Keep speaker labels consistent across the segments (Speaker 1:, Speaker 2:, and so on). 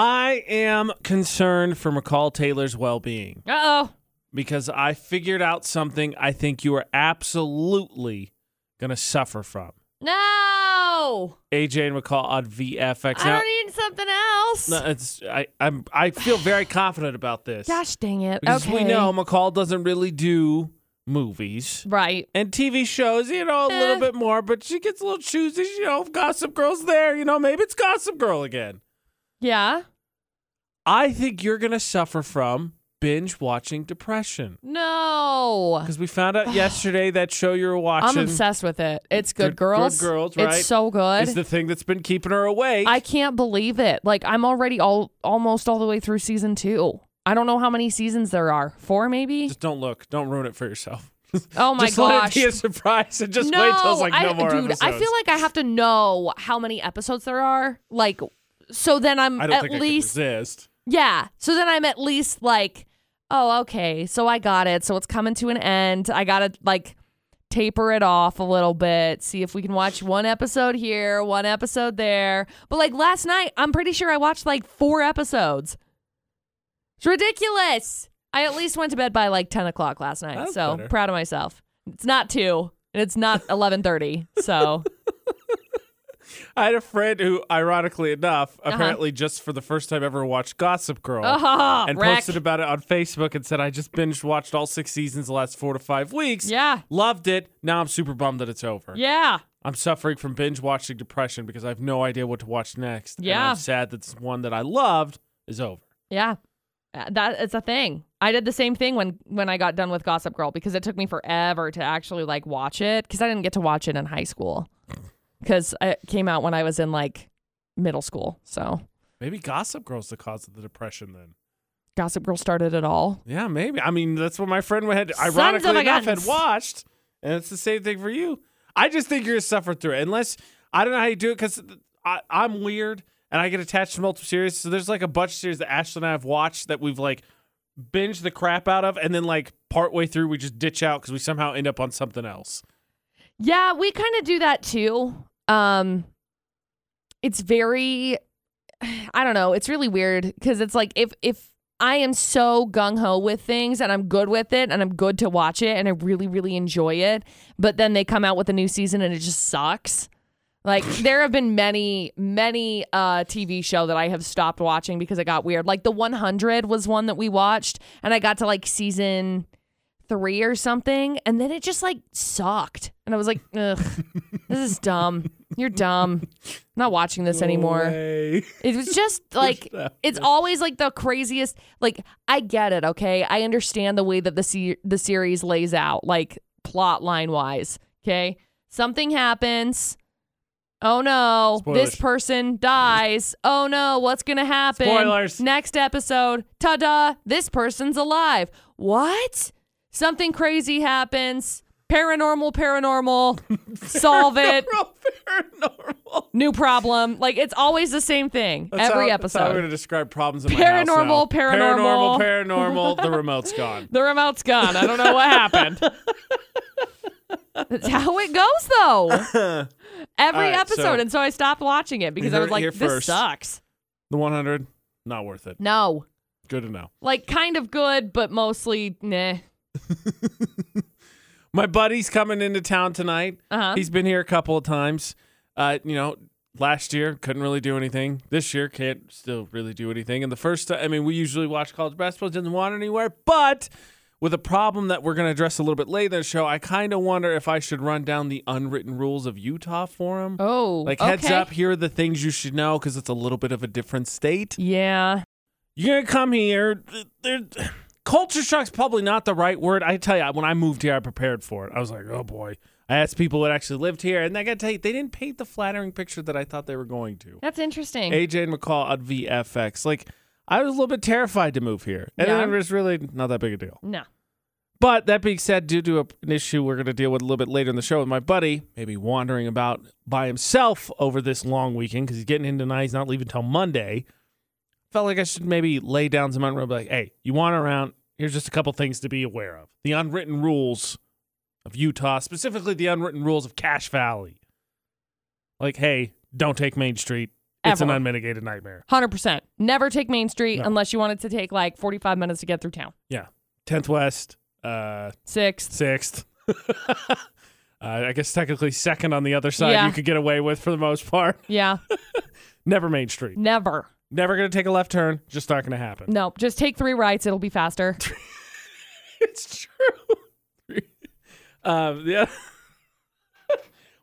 Speaker 1: I am concerned for McCall Taylor's well being
Speaker 2: Uh oh.
Speaker 1: because I figured out something I think you are absolutely going to suffer from.
Speaker 2: No.
Speaker 1: AJ and McCall on VFX.
Speaker 2: I
Speaker 1: Now,
Speaker 2: don't need something else.
Speaker 1: no, it's, I, I'm, I feel very confident about this.
Speaker 2: Gosh dang it.
Speaker 1: because
Speaker 2: okay.
Speaker 1: we know McCall doesn't really do movies.
Speaker 2: Right.
Speaker 1: And TV shows, you know, a little
Speaker 2: Eh.
Speaker 1: bit more, but she gets a little choosy. You know, if Gossip Girl's there, you know, maybe it's Gossip Girl again.
Speaker 2: Yeah.
Speaker 1: I think you're going to suffer from binge watching depression.
Speaker 2: No.
Speaker 1: Because we found out yesterday that show you were watching
Speaker 2: I'm obsessed with it. It's
Speaker 1: Good-
Speaker 2: good,
Speaker 1: Good
Speaker 2: girls.
Speaker 1: Girls, right?
Speaker 2: It's so good.
Speaker 1: is the thing that's been keeping her awake.
Speaker 2: I can't believe it. Like I'm already all almost all the way through season two. I don't know how many seasons there are. Four maybe.
Speaker 1: just don't look. Don't ruin it for yourself.
Speaker 2: oh my
Speaker 1: just
Speaker 2: gosh.
Speaker 1: let it be a surprise and just
Speaker 2: no,
Speaker 1: wait till it's like no
Speaker 2: I,
Speaker 1: more
Speaker 2: dude,
Speaker 1: episodes.
Speaker 2: I feel like I have to know how many episodes there are. Like, so then I'm
Speaker 1: I don't
Speaker 2: at
Speaker 1: think
Speaker 2: least
Speaker 1: I could resist.
Speaker 2: yeah. So then I'm at least like, oh okay, so I got it. So it's coming to an end. I gotta like taper it off a little bit. See if we can watch one episode here, one episode there. But like last night, I'm pretty sure I watched like four episodes. It's ridiculous. I at least went to bed by like ten o'clock last night.
Speaker 1: That's
Speaker 2: so
Speaker 1: better.
Speaker 2: proud of myself. It's not two. And it's not eleven thirty. So
Speaker 1: I had a friend who, ironically enough, apparently just for the first time ever watched Gossip Girl
Speaker 2: Uh-huh. oh,
Speaker 1: and
Speaker 2: wreck.
Speaker 1: posted about it on Facebook and said, I just binge watched all six seasons the last four to five weeks.
Speaker 2: Yeah.
Speaker 1: Loved it. Now I'm super bummed that it's over.
Speaker 2: Yeah.
Speaker 1: I'm suffering from binge watching depression because I have no idea what to watch next. and
Speaker 2: Yeah.
Speaker 1: I'm sad that this one that I loved is over.
Speaker 2: Yeah. Uh, That it's a thing. I did the same thing when when I got done with Gossip Girl because it took me forever to actually like watch it because I didn't get to watch it in high school because it came out when I was in like middle school. So
Speaker 1: Maybe Gossip Girl's the cause of the depression then.
Speaker 2: Gossip Girl started it all.
Speaker 1: Yeah, maybe. I mean, that's what my friend had,
Speaker 2: Sons of
Speaker 1: ironically
Speaker 2: a
Speaker 1: enough, had
Speaker 2: guns.
Speaker 1: watched. And it's the same thing for you. I just think you're going to suffer through it. Unless, I don't know how you do it because I'm weird and I get attached to multiple series. So there's like a bunch of series that Ashley and I have watched that we've like binged the crap out of. And then like partway through, we just ditch out because we somehow end up on something else.
Speaker 2: Yeah, we kind of do that too. Um it's very I don't know, it's really weird cuz it's like if if I am so gung ho with things and I'm good with it and I'm good to watch it and I really really enjoy it, but then they come out with a new season and it just sucks. Like there have been many many uh TV show that I have stopped watching because it got weird. Like The 100 was one that we watched and I got to like season three or something, and then it just like sucked. And I was like, ugh, this is dumb. You're dumb. I'm not watching this anymore. It was just like it's always like the craziest. Like I get it, okay. I understand the way that the se- the series lays out, like plot line wise. Okay, something happens. Oh no,
Speaker 1: Spoilers.
Speaker 2: this person dies. Oh no, what's gonna happen?
Speaker 1: Spoilers.
Speaker 2: Next episode, ta da! This person's alive. What? Something crazy happens. Paranormal, paranormal. solve it.
Speaker 1: Paranormal.
Speaker 2: New problem. Like it's always the same thing every
Speaker 1: how,
Speaker 2: episode.
Speaker 1: That's how I'm going to describe problems in my house now.
Speaker 2: Paranormal, paranormal.
Speaker 1: Paranormal, paranormal. The remote's gone.
Speaker 2: The remote's gone. I don't know what happened. That's how it goes, though. Every
Speaker 1: All right,
Speaker 2: episode.
Speaker 1: so-
Speaker 2: and so I stopped watching it because I
Speaker 1: heard
Speaker 2: was
Speaker 1: it
Speaker 2: like,
Speaker 1: here
Speaker 2: this
Speaker 1: first.
Speaker 2: sucks.
Speaker 1: The 100, not worth it.
Speaker 2: No.
Speaker 1: Good to know.
Speaker 2: Like, kind of good, but mostly, nah.
Speaker 1: My buddy's coming into town tonight.
Speaker 2: Uh-huh.
Speaker 1: He's been here a couple of times. Uh, you know, last year couldn't really do anything. This year can't still really do anything. And the first time, I mean, we usually watch college basketball. Didn't want anywhere, but with a problem that we're going to address a little bit later in the show, I kind of wonder if I should run down the unwritten rules of Utah for him.
Speaker 2: Oh.
Speaker 1: Like
Speaker 2: okay.
Speaker 1: heads up, here are the things you should know because it's a little bit of a different state.
Speaker 2: Yeah.
Speaker 1: You're gonna come here. There, culture shock's probably not the right word. I tell you, when I moved here, I prepared for it. I was like, oh boy. I asked people that actually lived here, and I gotta tell you, they didn't paint the flattering picture that I thought they were going to.
Speaker 2: That's interesting.
Speaker 1: AJ and McCall on VFX. Like, I was a little bit terrified to move here, and
Speaker 2: Yeah.
Speaker 1: it was really not that big a deal.
Speaker 2: no.
Speaker 1: But that being said, due to a, an issue we're going to deal with a little bit later in the show with my buddy, maybe wandering about by himself over this long weekend because he's getting in tonight. He's not leaving till Monday. Felt like I should maybe lay down some unwritten, like, hey, you wander around. Here's just a couple things to be aware of: the unwritten rules of Utah, specifically the unwritten rules of Cache Valley. Like, hey, don't take Main Street. It's an
Speaker 2: Ever.
Speaker 1: unmitigated nightmare.
Speaker 2: 100%. Never take Main Street
Speaker 1: No.
Speaker 2: unless you wanted to take like 45 minutes to get through town.
Speaker 1: Yeah. 10th West, uh,
Speaker 2: 6th.
Speaker 1: 6th. uh, I guess technically second on the other side
Speaker 2: Yeah.
Speaker 1: you could get away with for the most part.
Speaker 2: Yeah.
Speaker 1: Never Main Street.
Speaker 2: Never.
Speaker 1: Never going to take a left turn. Just not going to happen.
Speaker 2: No, just take three rights. It'll be faster.
Speaker 1: It's true. um, the other,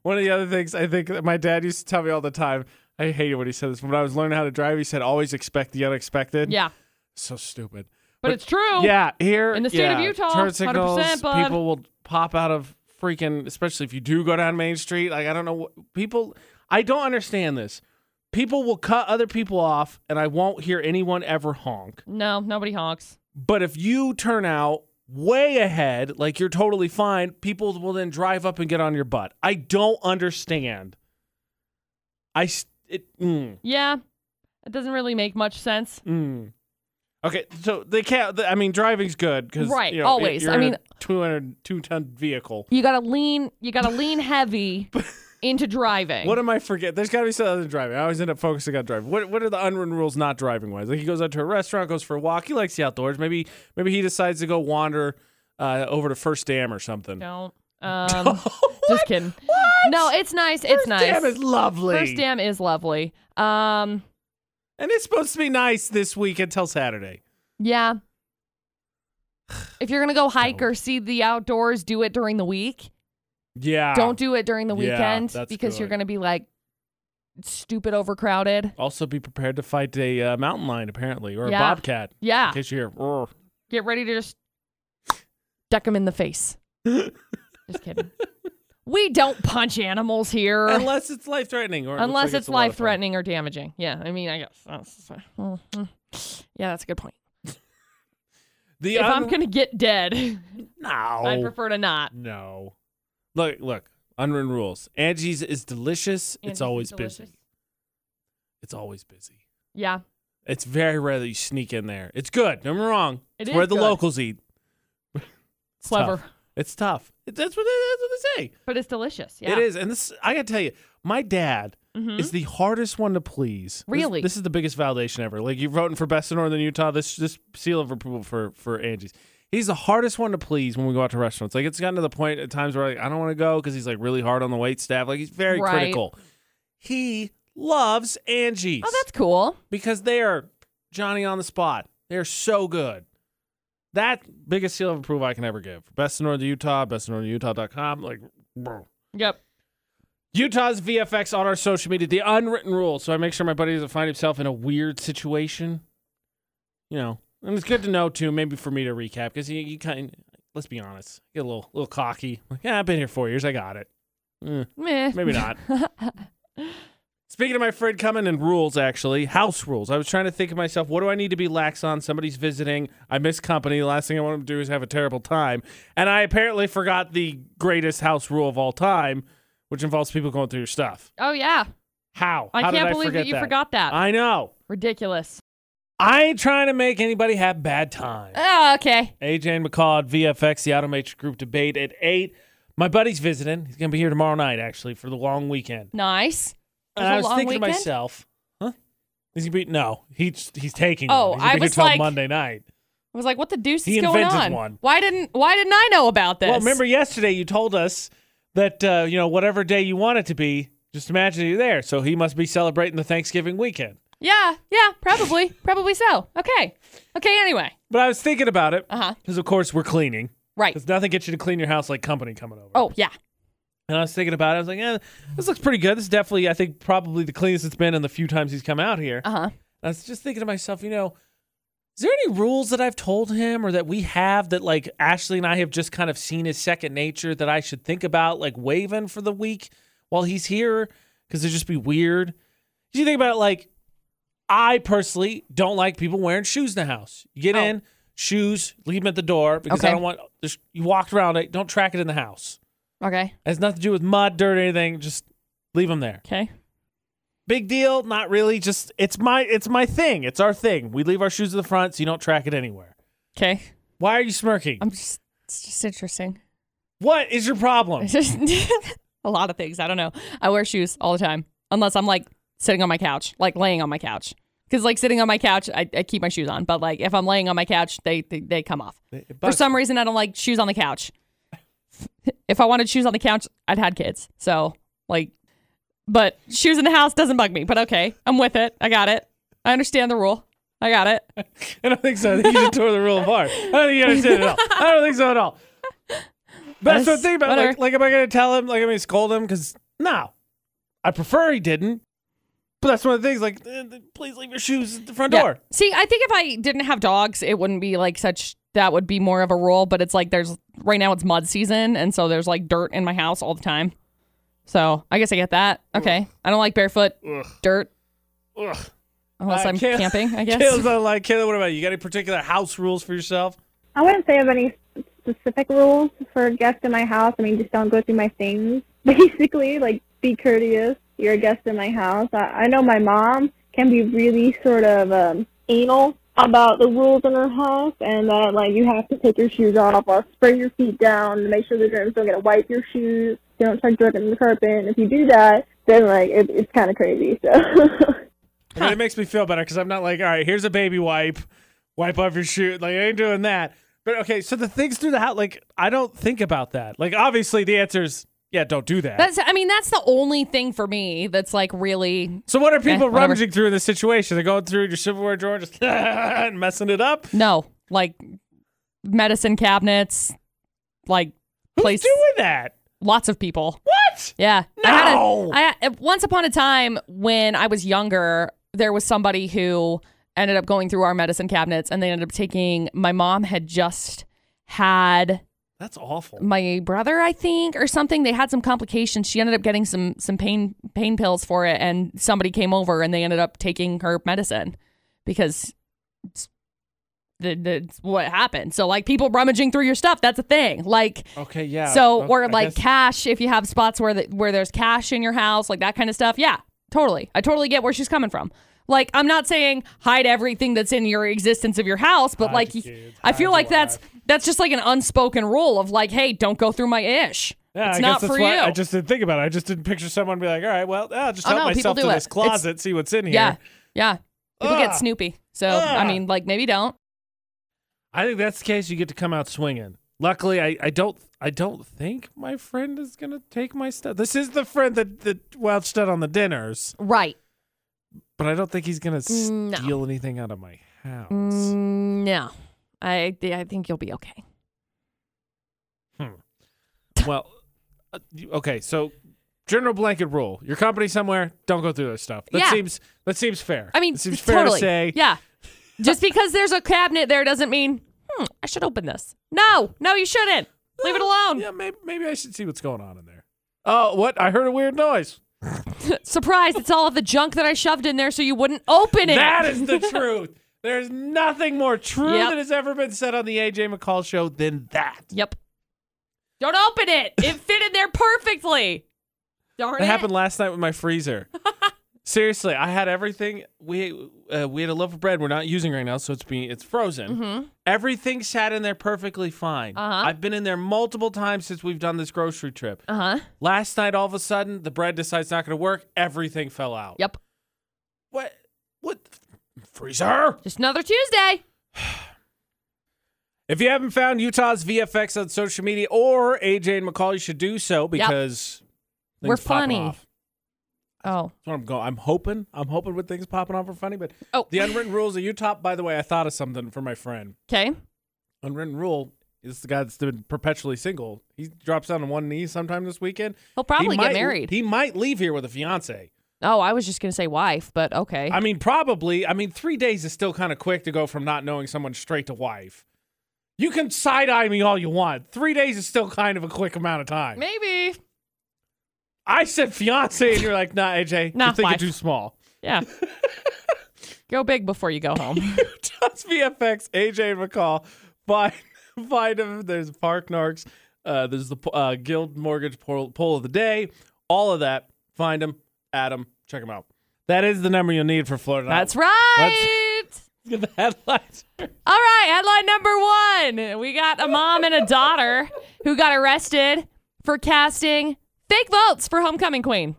Speaker 1: one of the other things I think that my dad used to tell me all the time. I hated when he said this. When I was learning how to drive, he said, "Always expect the unexpected."
Speaker 2: Yeah.
Speaker 1: so stupid.
Speaker 2: But, it's true.
Speaker 1: Yeah, here
Speaker 2: In the state of
Speaker 1: yeah,
Speaker 2: Utah,
Speaker 1: turn signals,
Speaker 2: 100%, bud.
Speaker 1: people will pop out of freaking. Especially if you do go down Main Street. Like I don't know, wh- people. I don't understand this. People will cut other people off, and I won't hear anyone ever honk.
Speaker 2: No, nobody honks.
Speaker 1: But if you turn out way ahead, like you're totally fine, people will then drive up and get on your butt. I don't understand. I s- it mm,
Speaker 2: Yeah. It doesn't really make much sense.
Speaker 1: mm. Okay, so they can't. th- I mean, driving's good because
Speaker 2: Right,
Speaker 1: You know,
Speaker 2: always.
Speaker 1: You're
Speaker 2: I
Speaker 1: in
Speaker 2: mean-
Speaker 1: a 200 two ton vehicle.
Speaker 2: You gotta lean. You gotta lean heavy into driving.
Speaker 1: What am I forget? There's got to be some other driving. I always end up focusing on driving. What What are the unwritten rules not driving wise? Like he goes out to a restaurant, goes for a walk. He likes the outdoors. Maybe Maybe he decides to go wander uh, over to First Dam or something.
Speaker 2: Don't. Um, just kidding. No, it's nice. it's
Speaker 1: First
Speaker 2: nice.
Speaker 1: Dam is lovely.
Speaker 2: First dam is lovely. Um,
Speaker 1: And it's supposed to be nice this week until Saturday.
Speaker 2: yeah. If you're gonna go hike or see the outdoors, do it during the week.
Speaker 1: Yeah.
Speaker 2: Don't do it during the
Speaker 1: Ah. Yeah,
Speaker 2: weekend
Speaker 1: that's
Speaker 2: because you're
Speaker 1: good.
Speaker 2: gonna be like stupid overcrowded.
Speaker 1: also be prepared to fight a uh, mountain lion apparently or
Speaker 2: Yeah.
Speaker 1: a bobcat
Speaker 2: Yeah.
Speaker 1: in case you hear. "Roar."
Speaker 2: Get ready to just duck him in the face. just kidding. We don't punch animals here.
Speaker 1: Unless it's life threatening or it looks
Speaker 2: unless
Speaker 1: like
Speaker 2: it's
Speaker 1: a lot of
Speaker 2: life threatening or damaging. Yeah, I mean, I guess. That's, mm, mm. yeah, that's a good point.
Speaker 1: fun. The
Speaker 2: if
Speaker 1: un-
Speaker 2: I'm gonna get dead, I'd
Speaker 1: no.
Speaker 2: prefer to not.
Speaker 1: no. Look, look. Unwritten rules. Angie's is delicious.
Speaker 2: Angie's
Speaker 1: it's always
Speaker 2: is delicious.
Speaker 1: busy. It's always busy.
Speaker 2: Yeah,
Speaker 1: It's very rare that you sneak in there. It's good. Don't get me wrong.
Speaker 2: It
Speaker 1: it's
Speaker 2: is
Speaker 1: where the
Speaker 2: good.
Speaker 1: locals eat. It's tough.
Speaker 2: clever,
Speaker 1: It's tough. It- that's what they, that's what they say.
Speaker 2: but it's delicious. Yeah,
Speaker 1: It is, and this I gotta tell you, my dad
Speaker 2: Mhm.
Speaker 1: is the hardest one to please. This-
Speaker 2: Really?
Speaker 1: this, is the biggest validation ever. Like you're voting for best of Northern Utah. This this seal of approval for for Angie's. He's the hardest one to please when we go out to restaurants. Like it's gotten to the point at times where like I don't want to go because he's like really hard on the wait staff. Like he's very
Speaker 2: Right.
Speaker 1: critical. He loves Angie's
Speaker 2: Oh, that's cool.
Speaker 1: because they are Johnny on the spot. They are so good. That biggest seal of approval I can ever give. Best of Northern Utah, best of Northern Utah.com. Like, bro.
Speaker 2: Yep.
Speaker 1: Utah's VFX on our social media, the unwritten rule. So I make sure my buddy doesn't find himself in a weird situation. You know, and it's good to know too. Maybe for me to recap because you, you kind. Let's be honest, get a little little cocky. Like, yeah, I've been here four years. I got it. Eh,
Speaker 2: Meh.
Speaker 1: maybe not. Speaking of my friend coming and rules, actually, house rules. I was trying to think of myself, what do I need to be lax on? Somebody's visiting. I miss company. The last thing I want them to do is have a terrible time. And I apparently forgot the greatest house rule of all time, which involves people going through your stuff.
Speaker 2: oh yeah,
Speaker 1: How?
Speaker 2: I
Speaker 1: How
Speaker 2: can't
Speaker 1: did
Speaker 2: believe
Speaker 1: I forget
Speaker 2: that you forgot that.
Speaker 1: I know.
Speaker 2: Ridiculous.
Speaker 1: I ain't trying to make anybody have bad time.
Speaker 2: Oh, okay.
Speaker 1: AJ and McCall at VFX, the Automatrix Group debate at 8. My buddy's visiting. He's going to be here tomorrow night, actually, for the long weekend.
Speaker 2: Nice.
Speaker 1: And
Speaker 2: It's a
Speaker 1: I was
Speaker 2: long
Speaker 1: thinking to
Speaker 2: weekend?
Speaker 1: myself, huh? He's going to be, no, he's, he's taking
Speaker 2: Oh,
Speaker 1: one. He's gonna
Speaker 2: I
Speaker 1: be
Speaker 2: was
Speaker 1: here till
Speaker 2: like-
Speaker 1: Monday night.
Speaker 2: I was like, what the deuce
Speaker 1: He
Speaker 2: is going
Speaker 1: invented
Speaker 2: on?
Speaker 1: one.
Speaker 2: Why didn't Why didn't I know about this?
Speaker 1: Well, remember yesterday you told us that, uh, you know, whatever day you want it to be, just imagine you're there. So he must be celebrating the Thanksgiving weekend.
Speaker 2: Yeah, yeah, probably, probably so. Okay, okay. Anyway,
Speaker 1: But I was thinking about it
Speaker 2: uh huh.
Speaker 1: because, of course, we're cleaning.
Speaker 2: Right.
Speaker 1: Because nothing gets you to clean your house like company coming over.
Speaker 2: Oh yeah.
Speaker 1: And I was thinking about it. I was like, eh, this looks pretty good. This is definitely, I think, probably the cleanest it's been in the few times he's come out here.
Speaker 2: Uh huh.
Speaker 1: I was just thinking to myself, you know, is there any rules that I've told him or that we have that like Ashley and I have just kind of seen as second nature that I should think about like waving for the week while he's here? Because it'd just be weird. 'Cause you think about it, like I personally don't like people wearing shoes in the house. You get
Speaker 2: Oh.
Speaker 1: in, shoes, leave them at the door because I
Speaker 2: Okay.
Speaker 1: don't want just you walked around it, don't track it in the house.
Speaker 2: Okay.
Speaker 1: It has nothing to do with mud, dirt, or anything. Just leave them there
Speaker 2: Okay.
Speaker 1: big deal not really just it's my it's my thing it's our thing we leave our shoes at the front so you don't track it anywhere
Speaker 2: Okay.
Speaker 1: why are you smirking
Speaker 2: I'm just. It's just interesting.
Speaker 1: what is your problem
Speaker 2: It's just a lot of things. I don't know. I wear shoes all the time, unless I'm like sitting on my couch, like laying on my couch. Because like sitting on my couch, I, I keep my shoes on, but like if I'm laying on my couch, they they, they come off.
Speaker 1: It
Speaker 2: For
Speaker 1: bugs-
Speaker 2: some reason, I don't like shoes on the couch. if I wanted shoes on the couch, I'd had kids. So like, but shoes in the house doesn't bug me. But okay, I'm with it. I got it. I understand the rule. I got it.
Speaker 1: I don't think so. I think you just tore the rule apart. I don't think you understand it at all. I don't think so at all. That's the
Speaker 2: That's-
Speaker 1: thing about
Speaker 2: whatever.
Speaker 1: like, like, am I going to tell him? Like, am I going to scold him? Because no, I prefer he didn't. But that's one of the things. Like, eh, th- please leave your shoes at the front
Speaker 2: Yeah.
Speaker 1: door.
Speaker 2: See, I think if I didn't have dogs, it wouldn't be like such. That would be more of a rule. But it's like there's right now it's mud season, and so there's like dirt in my house all the time. So I guess I get that. Okay, I don't like barefoot dirt
Speaker 1: Ugh.
Speaker 2: unless
Speaker 1: Uh,
Speaker 2: I'm
Speaker 1: Kayla-
Speaker 2: camping. I guess.
Speaker 1: Kayla's not like Kayla. What about you? You got any particular house rules for yourself?
Speaker 3: I wouldn't say I have any specific rules for guests in my house. I mean, just don't go through my things. Basically, like be courteous. You're a guest in my house. I, I know my mom can be really sort of um, anal about the rules in her house, and that like you have to take your shoes off or spray your feet down to make sure the germs don't get to wipe your shoes. You don't touch dirt in the carpet. And if you do that, then like it, it's kind of crazy. So.
Speaker 1: I mean, it makes me feel better because I'm not like, all right, here's a baby wipe, wipe off your shoe. Like, I ain't doing that. But okay, so the things through the house, like, I don't think about that. Like, obviously, the answer is, yeah, don't do that.
Speaker 2: That's. I mean, that's the only thing for me that's like really
Speaker 1: so, what are people
Speaker 2: whatever.
Speaker 1: rummaging through in this situation? They're going through your silverware drawer, just and messing it up.
Speaker 2: no like medicine cabinets, like
Speaker 1: Who's
Speaker 2: place
Speaker 1: doing that?
Speaker 2: lots of people.
Speaker 1: What?
Speaker 2: Yeah.
Speaker 1: No!
Speaker 2: I had a, I, once upon a time when I was younger, there was somebody who ended up going through our medicine cabinets and they ended up taking my mom had just had
Speaker 1: That's awful.
Speaker 2: my brother, I think, or something. They had some complications. She ended up getting some some pain pain pills for it and somebody came over and they ended up taking her medicine because it's- the, the, it's what happened. So like people rummaging through your stuff, that's a thing. Like
Speaker 1: Okay, yeah.
Speaker 2: so
Speaker 1: okay,
Speaker 2: or
Speaker 1: I
Speaker 2: like
Speaker 1: guess-
Speaker 2: cash if you have spots where the, where there's cash in your house, like that kind of stuff. Yeah, totally. I totally get where she's coming from. Like I'm not saying hide everything that's in your existence of your house, but
Speaker 1: Hide
Speaker 2: like
Speaker 1: your kids,
Speaker 2: I
Speaker 1: hide
Speaker 2: feel
Speaker 1: your
Speaker 2: like that's
Speaker 1: wife.
Speaker 2: that's just like an unspoken rule of like, hey, don't go through my ish.
Speaker 1: yeah,
Speaker 2: it's
Speaker 1: I guess
Speaker 2: not
Speaker 1: that's
Speaker 2: for
Speaker 1: why
Speaker 2: you.
Speaker 1: I just didn't think about it. I just didn't picture someone be like, all right, well, I'll just
Speaker 2: Oh,
Speaker 1: help
Speaker 2: no, people
Speaker 1: myself
Speaker 2: do
Speaker 1: to
Speaker 2: it.
Speaker 1: this
Speaker 2: It's-
Speaker 1: closet, see what's in here.
Speaker 2: yeah, yeah. People
Speaker 1: Ugh.
Speaker 2: get snoopy, so I
Speaker 1: Ugh.
Speaker 2: mean, like maybe don't.
Speaker 1: I think that's the case. You get to come out swinging. Luckily, I, I don't I don't think my friend is gonna take my stuff. This is the friend that that welched out on the dinners,
Speaker 2: Right?
Speaker 1: but I don't think he's gonna
Speaker 2: No. Mm.
Speaker 1: steal anything out of my house.
Speaker 2: no, I I think you'll be okay.
Speaker 1: Well, uh, you- okay, so general blanket rule: your company somewhere, don't go through their stuff. That
Speaker 2: Yeah.
Speaker 1: seems that seems fair.
Speaker 2: I mean,
Speaker 1: it seems
Speaker 2: t-
Speaker 1: fair
Speaker 2: totally.
Speaker 1: to say.
Speaker 2: Yeah. Just because there's a cabinet there doesn't mean, hmm, I should open this. No, no, you shouldn't. Leave it alone.
Speaker 1: Yeah, maybe maybe I should see what's going on in there. Oh, what? I heard a weird noise.
Speaker 2: Surprise, it's all of the junk that I shoved in there so you wouldn't open it.
Speaker 1: That is the truth. There's nothing more true
Speaker 2: Yep.
Speaker 1: that has ever been said on the AJ McCall show than that.
Speaker 2: Yep. Don't open it. It fit in there perfectly. Darn
Speaker 1: That
Speaker 2: it.
Speaker 1: happened last night with my freezer. Seriously, I had everything. We uh, we had a loaf of bread we're not using right now, so it's being it's frozen. Everything sat in there perfectly fine.
Speaker 2: Mm-hmm. Uh-huh.
Speaker 1: I've been in there multiple times since we've done this grocery trip.
Speaker 2: Uh huh.
Speaker 1: Last night, all of a sudden, the bread decides not going to work. Everything fell out.
Speaker 2: Yep.
Speaker 1: What? What? Freezer.
Speaker 2: Just another Tuesday.
Speaker 1: If you haven't found Utah's VFX on social media or AJ and McCall, you should do so because
Speaker 2: We're
Speaker 1: things popping
Speaker 2: funny.
Speaker 1: off.
Speaker 2: Oh.
Speaker 1: That's what I'm going. I'm hoping. I'm hoping with things popping off are funny. But
Speaker 2: Oh.
Speaker 1: the unwritten rules of Utah. By the way, I thought of something for my friend.
Speaker 2: Okay.
Speaker 1: Unwritten rule is the guy that's been perpetually single. He drops down on one knee sometime this weekend.
Speaker 2: He'll
Speaker 1: He
Speaker 2: probably
Speaker 1: might-
Speaker 2: get married.
Speaker 1: He might leave here with a fiance.
Speaker 2: oh, I was just going to say wife, but okay.
Speaker 1: I mean, probably. I mean, three days is still kind of quick to go from not knowing someone straight to wife. You can side eye me all you want. Three days is still kind of a quick amount of time.
Speaker 2: Maybe.
Speaker 1: I said fiance, and you're like, nah, AJ,
Speaker 2: Nah,
Speaker 1: you're thinking
Speaker 2: wife.
Speaker 1: too small.
Speaker 2: Yeah. go big before you go home.
Speaker 1: Utah's VFX, AJ and McCall. Find, find them. There's Park Narks. Uh, there's the uh, Guild Mortgage poll, poll of the Day. All of that. Find them, add them, check them out. That is the number you'll need for Florida.
Speaker 2: That's
Speaker 1: Night.
Speaker 2: right.
Speaker 1: Let's get the headlines.
Speaker 2: All right, headline number one. We got a mom and a daughter who got arrested for casting fake votes for Homecoming Queen.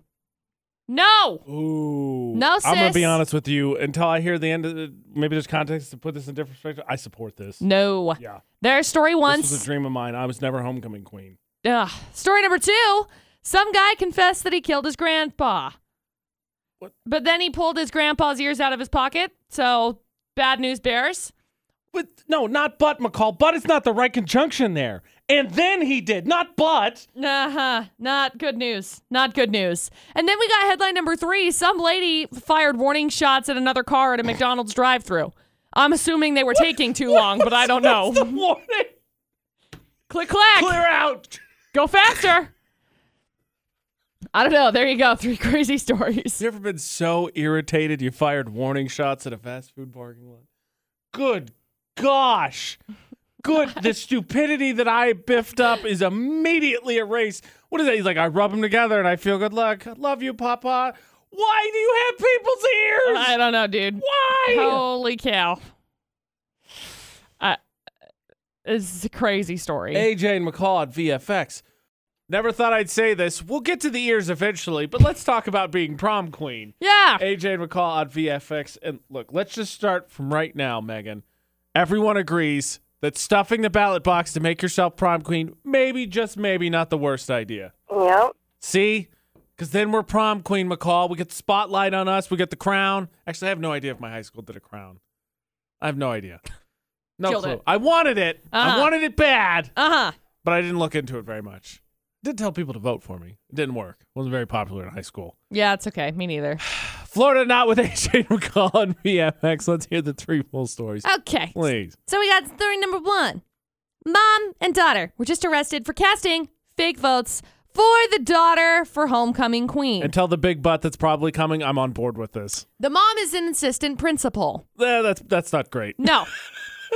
Speaker 2: No.
Speaker 1: Ooh.
Speaker 2: No,
Speaker 1: I'm gonna be
Speaker 2: sis.
Speaker 1: honest with you. Until I hear the end of the, maybe there's context to put this in different perspective. I support this.
Speaker 2: No.
Speaker 1: Yeah.
Speaker 2: Their story
Speaker 1: This was a
Speaker 2: once.
Speaker 1: dream of mine. I was never homecoming queen.
Speaker 2: Ugh. Story number two some guy confessed that he killed his grandpa.
Speaker 1: What?
Speaker 2: But then he pulled his grandpa's ears out of his pocket. So bad news bears.
Speaker 1: But no, not but McCall. But it's not the right conjunction there. And then he did. Not but.
Speaker 2: Uh huh. Not good news. Not good news. And then we got headline number three some lady fired warning shots at another car at a McDonald's drive through. I'm assuming they were taking too long, but I don't know.
Speaker 1: What's the warning?
Speaker 2: Click clack.
Speaker 1: Clear out.
Speaker 2: Go faster. I don't know. There you go. Three crazy stories.
Speaker 1: You ever been so irritated you fired warning shots at a fast food parking lot? Good gosh. Good. the stupidity that I biffed up is immediately erased. What is that? He's like, I rub them together and I feel good luck. Love you, Papa. Why do you have people's ears?
Speaker 2: I don't know, dude.
Speaker 1: Why?
Speaker 2: Holy cow. I, this is a crazy story.
Speaker 1: AJ and McCall at VFX. Never thought I'd say this. We'll get to the ears eventually, but let's talk about being prom queen.
Speaker 2: yeah.
Speaker 1: AJ and McCall on VFX. And look, let's just start from right now, Megan. Everyone agrees that stuffing the ballot box to make yourself prom queen, maybe, just maybe, not the worst idea.
Speaker 4: Yep.
Speaker 1: See? Because then we're prom queen, McCall. We get the spotlight on us. We get the crown. Actually, I have no idea if my high school did a crown. I have no idea. No
Speaker 2: Killed
Speaker 1: clue.
Speaker 2: it.
Speaker 1: I wanted it. I
Speaker 2: Uh-huh.
Speaker 1: wanted it bad,
Speaker 2: Uh huh.
Speaker 1: but I didn't look into it very much. Did tell people to vote for me. It didn't work. Wasn't very popular in high school.
Speaker 2: Yeah, it's okay. Me neither.
Speaker 1: Florida not with AJ McCall and VFX. Let's hear the three full stories,
Speaker 2: Okay.
Speaker 1: please.
Speaker 2: So we got story number one. Mom and daughter were just arrested for casting fake votes for the daughter for homecoming queen.
Speaker 1: And tell the big butt that's probably coming. I'm on board with this.
Speaker 2: the mom is an assistant principal.
Speaker 1: Eh, that's that's not great.
Speaker 2: No.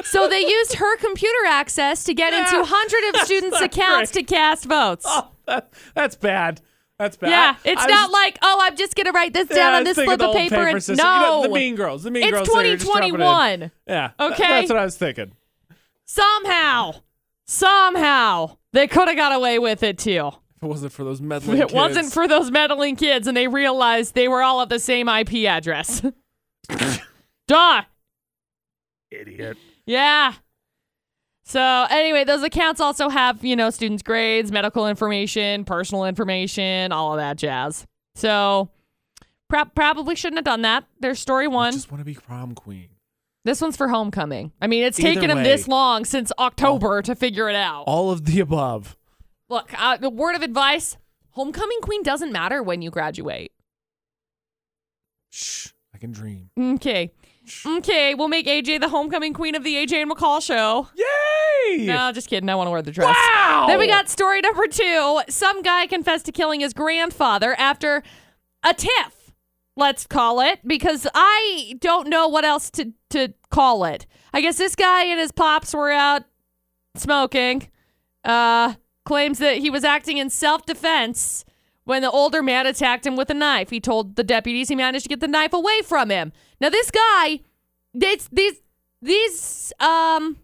Speaker 2: So they used her computer access to get into hundred of students'
Speaker 1: not
Speaker 2: accounts to cast votes.
Speaker 1: Oh, that, that's bad. That's bad.
Speaker 2: yeah,
Speaker 1: I-
Speaker 2: it's
Speaker 1: I was-
Speaker 2: not like oh, I'm just gonna write this
Speaker 1: yeah,
Speaker 2: down
Speaker 1: I
Speaker 2: on
Speaker 1: was
Speaker 2: this
Speaker 1: thinking
Speaker 2: slip
Speaker 1: the
Speaker 2: of
Speaker 1: old
Speaker 2: paper. and-
Speaker 1: system. You know,
Speaker 2: no,
Speaker 1: the Mean Girls. The Mean
Speaker 2: it's
Speaker 1: Girls. they were just dropping it in.
Speaker 2: 2021.
Speaker 1: Yeah. th-
Speaker 2: Okay.
Speaker 1: that's what I was thinking.
Speaker 2: Somehow, somehow they could have got away with it too.
Speaker 1: If it wasn't for those meddling
Speaker 2: It
Speaker 1: kids.
Speaker 2: wasn't for those meddling kids, and they realized they were all at the same IP address. Duh.
Speaker 1: idiot.
Speaker 2: Yeah. So anyway, those accounts also have, you know, students' grades, medical information, personal information, all of that jazz. So pro- probably shouldn't have done that. There's story
Speaker 1: I
Speaker 2: one.
Speaker 1: just want to be prom queen.
Speaker 2: This one's for homecoming. I mean, it's
Speaker 1: Either
Speaker 2: taken them
Speaker 1: way. Oh.
Speaker 2: this long since October to figure it out.
Speaker 1: All of the above.
Speaker 2: Look, uh, the word of advice: homecoming queen doesn't matter when you graduate.
Speaker 1: Shh. I can dream.
Speaker 2: Okay. Okay, we'll make AJ the homecoming queen of the AJ and McCall show.
Speaker 1: Yay!
Speaker 2: No, just kidding. I want to wear the dress.
Speaker 1: Wow!
Speaker 2: Then we got story number two. Some guy confessed to killing his grandfather after a tiff, let's call it, because I don't know what else to, to call it. I guess this guy and his pops were out smoking. Uh, claims that he was acting in self defense when the older man attacked him with a knife. He told the deputies he managed to get the knife away from him. Now this guy, this these these um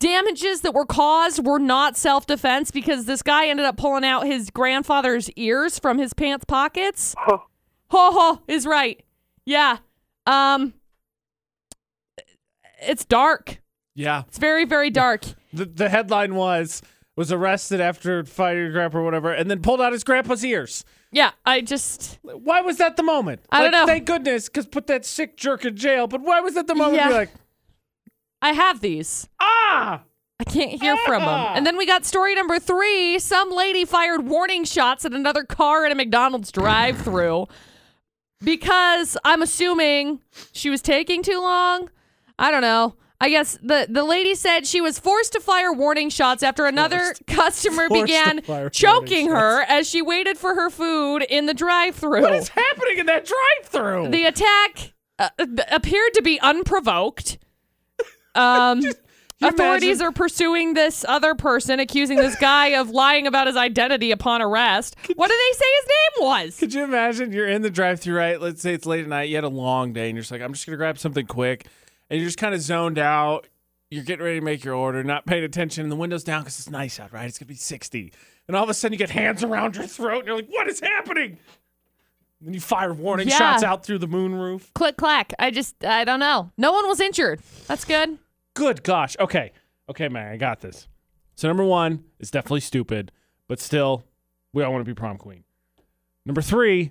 Speaker 2: damages that were caused were not self defense because this guy ended up pulling out his grandfather's ears from his pants pockets.
Speaker 4: Huh.
Speaker 2: Ho ho is right. Yeah. Um it's dark.
Speaker 1: Yeah.
Speaker 2: It's very, very dark.
Speaker 1: The, the headline was was arrested after fighting grandpa or whatever, and then pulled out his grandpa's ears.
Speaker 2: Yeah, I just
Speaker 1: Why was that the moment?
Speaker 2: I
Speaker 1: like,
Speaker 2: don't know.
Speaker 1: Thank goodness, because put that sick jerk in jail. But why was that the moment?
Speaker 2: Yeah.
Speaker 1: You're like,
Speaker 2: I have these.
Speaker 1: ah,
Speaker 2: I can't hear from them.
Speaker 1: Ah!
Speaker 2: And then we got story number three. Some lady fired warning shots at another car at a McDonald's drive through because I'm assuming she was taking too long. I don't know. I guess the, the lady said she was forced to fire warning shots after another
Speaker 1: Forced.
Speaker 2: customer
Speaker 1: Forced to fire
Speaker 2: began choking
Speaker 1: warning
Speaker 2: her as she waited for her food in the drive
Speaker 1: what
Speaker 2: through.
Speaker 1: is happening in that drive-through?
Speaker 2: the attack uh, uh, appeared to be unprovoked. Um,
Speaker 1: You
Speaker 2: Authorities
Speaker 1: imagine-
Speaker 2: are pursuing this other person, accusing this guy of lying about his identity upon arrest. What did they say his name was?
Speaker 1: Could you imagine? You're in the drive-through, right? Let's say it's late at night. You had a long day, and you're just like, I'm just gonna grab something quick, and you're just kind of zoned out. You're getting ready to make your order, not paying attention, and the window's down because it's nice out, right? It's gonna be 60, and all of a sudden you get hands around your throat, and you're like, what is happening? Then you fire warning
Speaker 2: Yeah.
Speaker 1: shots out through the moon roof.
Speaker 2: Click clack. I just I don't know. No one was injured. That's good.
Speaker 1: Good gosh. Okay. Okay, man, I got this. So number one is definitely stupid, but still, we all want to be prom queen. Number three,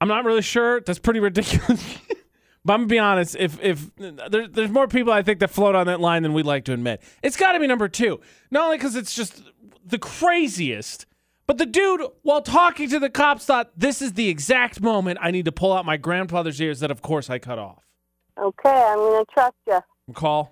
Speaker 1: I'm not really sure. That's pretty ridiculous. but I'm gonna be honest. If if there, there's more people I think that float on that line than we'd like to admit, it's got to be number two. Not only because it's just the craziest, but the dude, while talking to the cops, thought this is the exact moment I need to pull out my grandfather's ears that, of course, I cut off.
Speaker 4: Okay, I'm gonna trust you.
Speaker 1: McCall.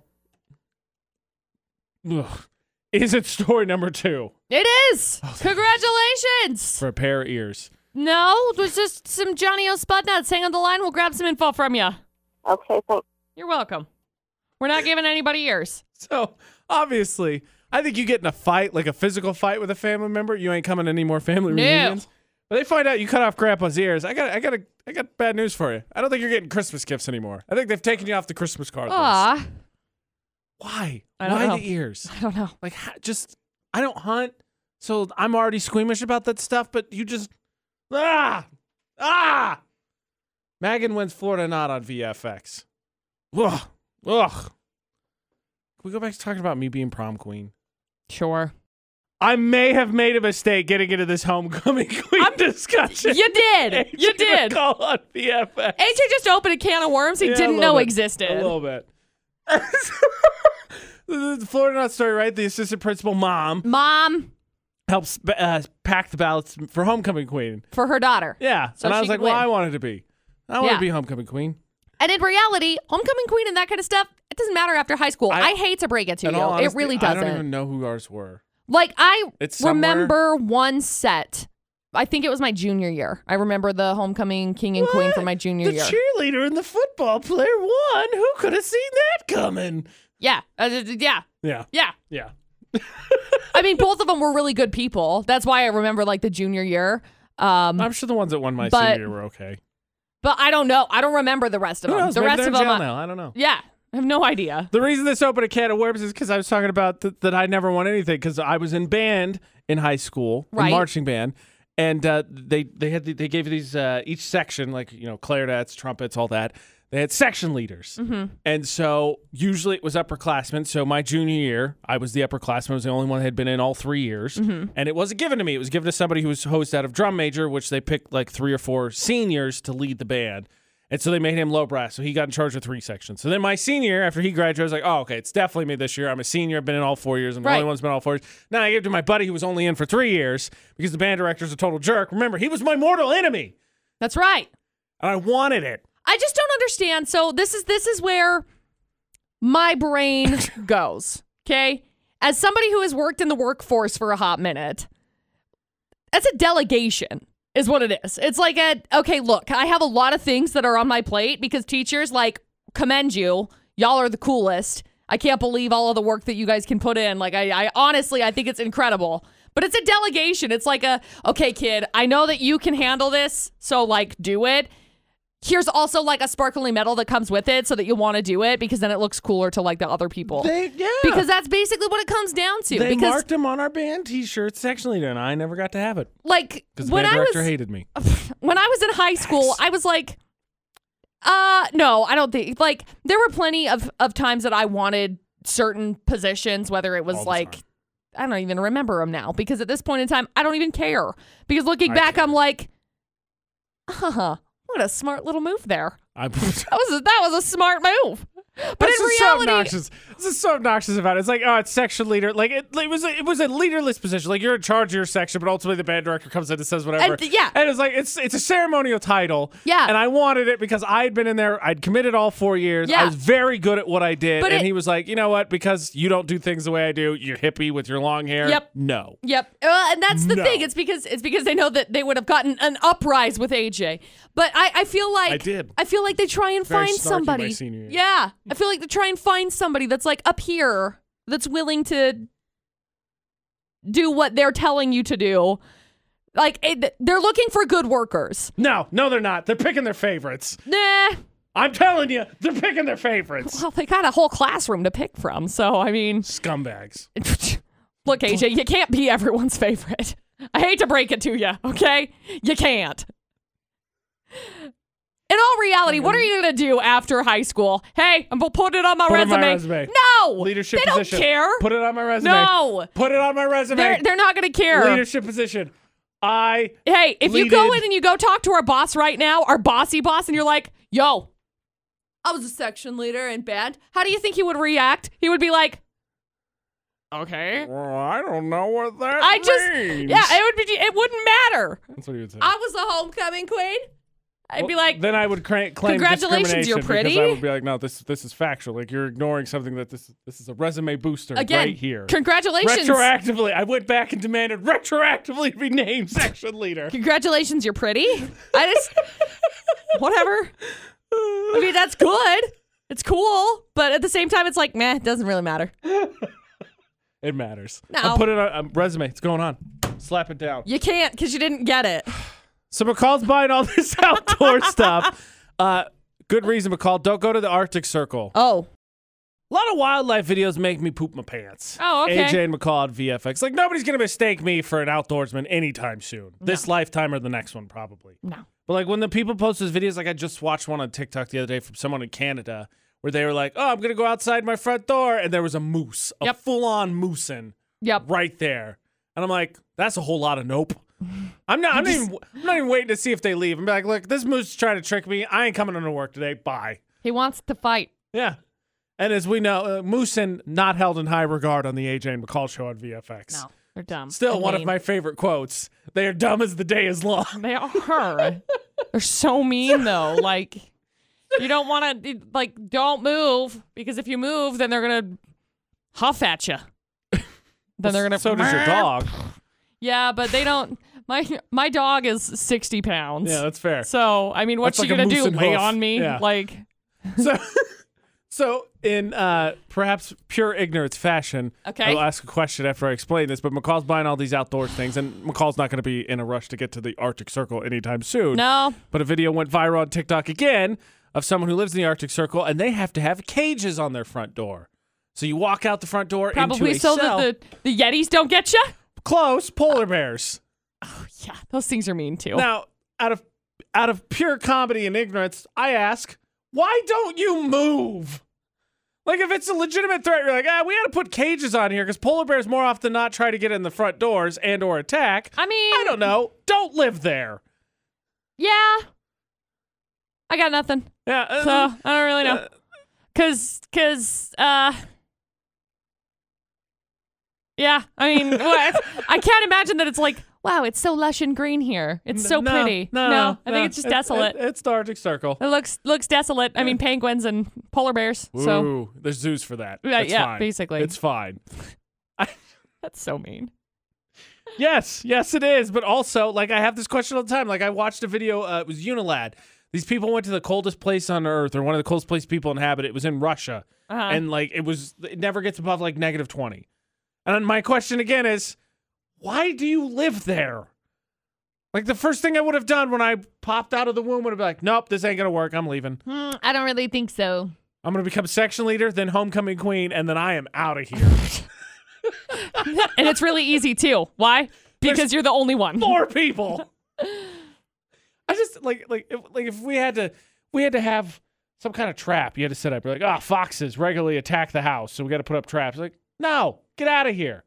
Speaker 1: Ugh. Is it story number two?
Speaker 2: It is.
Speaker 1: Oh.
Speaker 2: Congratulations.
Speaker 1: Repair ears.
Speaker 2: No, it was just some Johnny O Spud nuts. Hang on the line. We'll grab some info from you.
Speaker 4: Okay, thanks.
Speaker 2: You're welcome. We're not giving anybody yours.
Speaker 1: So obviously, I think you get in a fight, like a physical fight with a family member, you ain't coming to any more family
Speaker 2: No.
Speaker 1: reunions. But they find out you cut off Grandpa's ears. I got, I got, I got bad news for you. I don't think you're getting Christmas gifts anymore. I think they've taken you off the Christmas card list.
Speaker 2: Aw,
Speaker 1: Why?
Speaker 2: I don't
Speaker 1: Why
Speaker 2: know.
Speaker 1: the ears?
Speaker 2: I don't know.
Speaker 1: Like, ha- just I don't hunt, so I'm already squeamish about that stuff. But you just ah ah. Megan wins Florida not on VFX. Ugh ugh. Can we go back to talking about me being prom queen?
Speaker 2: Sure.
Speaker 1: I may have made a mistake getting into this homecoming queen discussion.
Speaker 2: You did. You did.
Speaker 1: Call on VFX.
Speaker 2: AJ just opened a can of worms he
Speaker 1: Yeah, a
Speaker 2: didn't
Speaker 1: little
Speaker 2: know
Speaker 1: bit. A
Speaker 2: existed.
Speaker 1: little bit. the Florida Not story, right? The assistant principal mom
Speaker 2: Mom
Speaker 1: helps uh, pack the ballots for homecoming queen.
Speaker 2: for her daughter.
Speaker 1: Yeah.
Speaker 2: So
Speaker 1: and I
Speaker 2: she
Speaker 1: was
Speaker 2: could
Speaker 1: like, well,
Speaker 2: win.
Speaker 1: I wanted to be. I want
Speaker 2: Yeah.
Speaker 1: to be homecoming queen.
Speaker 2: And in reality, homecoming queen and that kind of stuff, it doesn't matter after high school.
Speaker 1: I-
Speaker 2: I, hate to break it to
Speaker 1: In
Speaker 2: you.
Speaker 1: all
Speaker 2: it
Speaker 1: honesty,
Speaker 2: really
Speaker 1: I
Speaker 2: doesn't.
Speaker 1: don't even know who ours were.
Speaker 2: Like I
Speaker 1: It's somewhere-
Speaker 2: remember one set. I think it was my junior year. I remember the homecoming king and queen
Speaker 1: What?
Speaker 2: for my junior year.
Speaker 1: cheerleader and the football player won. Who could have seen that coming?
Speaker 2: yeah, Uh, d- d- yeah,
Speaker 1: Yeah.
Speaker 2: yeah.
Speaker 1: Yeah.
Speaker 2: I mean, both of them were really good people. That's why I remember like the junior year. Um,
Speaker 1: I'm sure the ones that won my
Speaker 2: But-
Speaker 1: senior year were okay.
Speaker 2: but I don't know. I don't remember the rest of
Speaker 1: Who
Speaker 2: them.
Speaker 1: knows?
Speaker 2: the
Speaker 1: Maybe
Speaker 2: rest
Speaker 1: they're in
Speaker 2: of them,
Speaker 1: jail
Speaker 2: I-
Speaker 1: now. I don't know.
Speaker 2: yeah, I have no idea.
Speaker 1: The reason this opened a can of worms is because I was talking about th- that I never won anything because I was in band in high school, in
Speaker 2: Right.
Speaker 1: marching band, and uh, they they had the, they gave these uh, each section like you know clarinets, trumpets, all that. They had section leaders, and so usually it was upperclassmen. So my junior year, I was the upperclassman. I was the only one that had been in all three years, and it wasn't given to me. It was given to somebody who was host out of drum major, which they picked like three or four seniors to lead the band. And so they made him low brass. So he got in charge of three sections. So then my senior, year, after he graduated, I was like, oh, okay, it's definitely me this year. I'm a senior. I've been in all four years. I'm the
Speaker 2: Right.
Speaker 1: only one that's been in all four years. Now I gave it to my buddy who was only in for three years because the band director's a total jerk. Remember, he was my mortal enemy
Speaker 2: That's right.
Speaker 1: and I wanted it.
Speaker 2: I just don't understand. So this is this is where my brain goes. Okay? As somebody who has worked in the workforce for a hot minute, that's a delegation is what it is. It's like a okay, look, I have a lot of things that are on my plate because teachers like commend you. Y'all are the coolest. I can't believe all of the work that you guys can put in. Like I, I honestly I think it's incredible. But it's a delegation. It's like a okay, kid, I know that you can handle this, so like do it here's also like a sparkly metal that comes with it so that you want to do it because then it looks cooler to like the other people.
Speaker 1: yeah.
Speaker 2: because that's basically what it comes down to.
Speaker 1: they
Speaker 2: because
Speaker 1: marked him on our band t shirt section leader, and I never got to have it
Speaker 2: like
Speaker 1: because the
Speaker 2: when
Speaker 1: band
Speaker 2: I
Speaker 1: director
Speaker 2: was
Speaker 1: hated me.
Speaker 2: when I was in high school, I was like, uh, no, I don't think like there were plenty of of times that I wanted certain positions, whether it was
Speaker 1: All the
Speaker 2: like.
Speaker 1: time.
Speaker 2: I don't even remember them now because at this point in time, I don't even care. Because looking
Speaker 1: I
Speaker 2: back,
Speaker 1: care.
Speaker 2: I'm like, huh, what a smart little move there.
Speaker 1: I,
Speaker 2: That was a, that was a smart move. But
Speaker 1: this
Speaker 2: in
Speaker 1: is
Speaker 2: reality,
Speaker 1: so obnoxious. This is so obnoxious about it. It's like, oh, it's section leader. Like it, it was, a, it was a leaderless position. Like you're in charge of your section, but ultimately the band director comes in and says whatever.
Speaker 2: And th- yeah.
Speaker 1: and it's like it's it's a ceremonial title.
Speaker 2: Yeah.
Speaker 1: and I wanted it because I had been in there. I'd committed all four years. I
Speaker 2: Yeah.
Speaker 1: was very good at what I did.
Speaker 2: But
Speaker 1: and
Speaker 2: it-
Speaker 1: he was like, you know what? Because you don't do things the way I do. You're hippie with your long hair.
Speaker 2: Yep.
Speaker 1: No.
Speaker 2: Yep. Uh, and that's the
Speaker 1: No.
Speaker 2: thing. It's because it's because they know that they would have gotten an uprise with AJ. But I, I feel like
Speaker 1: I did.
Speaker 2: I feel like they try and
Speaker 1: Very
Speaker 2: find
Speaker 1: snarky my
Speaker 2: somebody.
Speaker 1: senior year.
Speaker 2: Yeah. I feel like they try and find somebody that's like up here that's willing to do what they're telling you to do. Like it, they're looking for good workers.
Speaker 1: No, no, they're not. They're picking their favorites.
Speaker 2: Nah.
Speaker 1: I'm telling you, they're picking their favorites.
Speaker 2: Well, they got a whole classroom to pick from. So I mean,
Speaker 1: Scumbags.
Speaker 2: Look, AJ, you can't be everyone's favorite. I hate to break it to you, okay? You can't. In all reality, what are you going to do after high school? Hey, I'm going to put it on my,
Speaker 1: Put it on
Speaker 2: resume.
Speaker 1: my resume.
Speaker 2: No.
Speaker 1: Leadership
Speaker 2: They don't
Speaker 1: position.
Speaker 2: care.
Speaker 1: Put it on my resume.
Speaker 2: no.
Speaker 1: Put it on my resume.
Speaker 2: They're, they're not going to care.
Speaker 1: Leadership position. I
Speaker 2: Hey, if you go
Speaker 1: Leaded.
Speaker 2: in and you go talk to our boss right now, our bossy boss, and you're like, yo, I was a section leader in band. How do you think he would react? He would be like, okay.
Speaker 1: Well, I don't know what that
Speaker 2: I just,
Speaker 1: means.
Speaker 2: yeah, it would be, it wouldn't matter.
Speaker 1: That's what he would say.
Speaker 2: I was the homecoming queen. I'd be
Speaker 1: Well,
Speaker 2: like,
Speaker 1: then I would cra- claim
Speaker 2: "Congratulations, you're
Speaker 1: discrimination because I
Speaker 2: pretty."
Speaker 1: would be like, no, this this is factual. Like you're ignoring something that this this is a resume booster
Speaker 2: again,
Speaker 1: right here.
Speaker 2: congratulations.
Speaker 1: Retroactively, I went back and demanded retroactively be named section leader.
Speaker 2: congratulations, you're pretty. I just, whatever. I mean, that's good. It's cool. But at the same time, it's like, meh, it doesn't really matter.
Speaker 1: It matters.
Speaker 2: No.
Speaker 1: I'll put it on a resume. It's going on. Slap it down.
Speaker 2: You can't because you didn't get it.
Speaker 1: So McCall's buying all this outdoor stuff. Uh, good reason, McCall. Don't go to the Arctic Circle.
Speaker 2: Oh.
Speaker 1: A lot of wildlife videos make me poop my pants.
Speaker 2: Oh, okay.
Speaker 1: AJ and McCall at VFX. Like, nobody's going to mistake me for an outdoorsman anytime soon. This lifetime or the next one, probably.
Speaker 2: No.
Speaker 1: But, like, when the people post those videos, like, I just watched one on TikTok the other day from someone in Canada where they were like, oh, I'm going to go outside my front door. And there was a moose, a
Speaker 2: Yep.
Speaker 1: full on moosin
Speaker 2: Yep.
Speaker 1: right there. And I'm like, that's a whole lot of nope. I'm not, I'm, not even, I'm not even waiting to see if they leave. I'm like, look, this moose is trying to trick me. I ain't coming into work today. Bye.
Speaker 2: He wants to fight.
Speaker 1: Yeah. And as we know, uh, Moosin not held in high regard on the AJ and McCall show on VFX.
Speaker 2: No, they're dumb.
Speaker 1: Still
Speaker 2: and
Speaker 1: one of
Speaker 2: mean.
Speaker 1: my favorite quotes. They are dumb as the day is long.
Speaker 2: They are. they're so mean though. Like you don't want to. Like don't move because if you move, then they're gonna huff at you. Then they're gonna.
Speaker 1: So does your dog.
Speaker 2: Yeah, but they don't. My my dog is sixty pounds.
Speaker 1: Yeah, that's fair.
Speaker 2: So I mean, what's
Speaker 1: That's
Speaker 2: she
Speaker 1: like a
Speaker 2: gonna
Speaker 1: moose
Speaker 2: do?
Speaker 1: and
Speaker 2: Lay
Speaker 1: hoof.
Speaker 2: on me?
Speaker 1: Yeah.
Speaker 2: Like
Speaker 1: So, so in uh, perhaps pure ignorance fashion,
Speaker 2: Okay.
Speaker 1: I'll ask a question after I explain this. But McCall's buying all these outdoors things, and McCall's not going to be in a rush to get to the Arctic Circle anytime soon.
Speaker 2: no.
Speaker 1: But a video went viral on TikTok again of someone who lives in the Arctic Circle and they have to have cages on their front door. So you walk out the front door into
Speaker 2: Probably
Speaker 1: a
Speaker 2: so
Speaker 1: cell.
Speaker 2: that the the Yetis don't get you.
Speaker 1: close polar bears.
Speaker 2: Yeah, those things are mean too.
Speaker 1: Now, out of out of pure comedy and ignorance, I ask, why don't you move? Like if it's a legitimate threat, you're like, ah, we got to put cages on here because polar bears more often than not try to get in the front doors and or attack.
Speaker 2: I mean,
Speaker 1: I don't know. Don't live there.
Speaker 2: Yeah, I got nothing.
Speaker 1: Yeah. uh,
Speaker 2: So I don't really know.
Speaker 1: uh,
Speaker 2: Cause, cause, uh, yeah. I mean, what? I can't imagine that it's like, wow, it's so lush and green here. It's so
Speaker 1: no,
Speaker 2: pretty.
Speaker 1: No,
Speaker 2: I think it's just desolate.
Speaker 1: It,
Speaker 2: It,
Speaker 1: it's the Arctic Circle.
Speaker 2: looks looks desolate. I mean, penguins and polar bears. So
Speaker 1: Ooh, there's zoos for that.
Speaker 2: Right,
Speaker 1: It's
Speaker 2: yeah,
Speaker 1: fine.
Speaker 2: basically.
Speaker 1: It's fine.
Speaker 2: that's so mean.
Speaker 1: Yes, yes, it is. But also, like, I have this question all the time. Like, I watched a video, uh, it was Unilad. These people went to the coldest place on earth, or one of the coldest places people inhabit. It was in Russia.
Speaker 2: Uh-huh.
Speaker 1: And, like, it was, it never gets above, like, negative 20. And my question again is, why do you live there? Like, the first thing I would have done when I popped out of the womb would have been like, nope, this ain't going to work. I'm leaving.
Speaker 2: Hmm, I don't really think so.
Speaker 1: I'm going to become section leader, then homecoming queen, and then I am out of here.
Speaker 2: and it's really easy too. Why? Because
Speaker 1: There's-
Speaker 2: you're the only one.
Speaker 1: more people. I just like like if, like if we had to we had to have some kind of trap you had to set up. You're like, ah, foxes regularly attack the house, so we got to put up traps. Like, no, get out of here.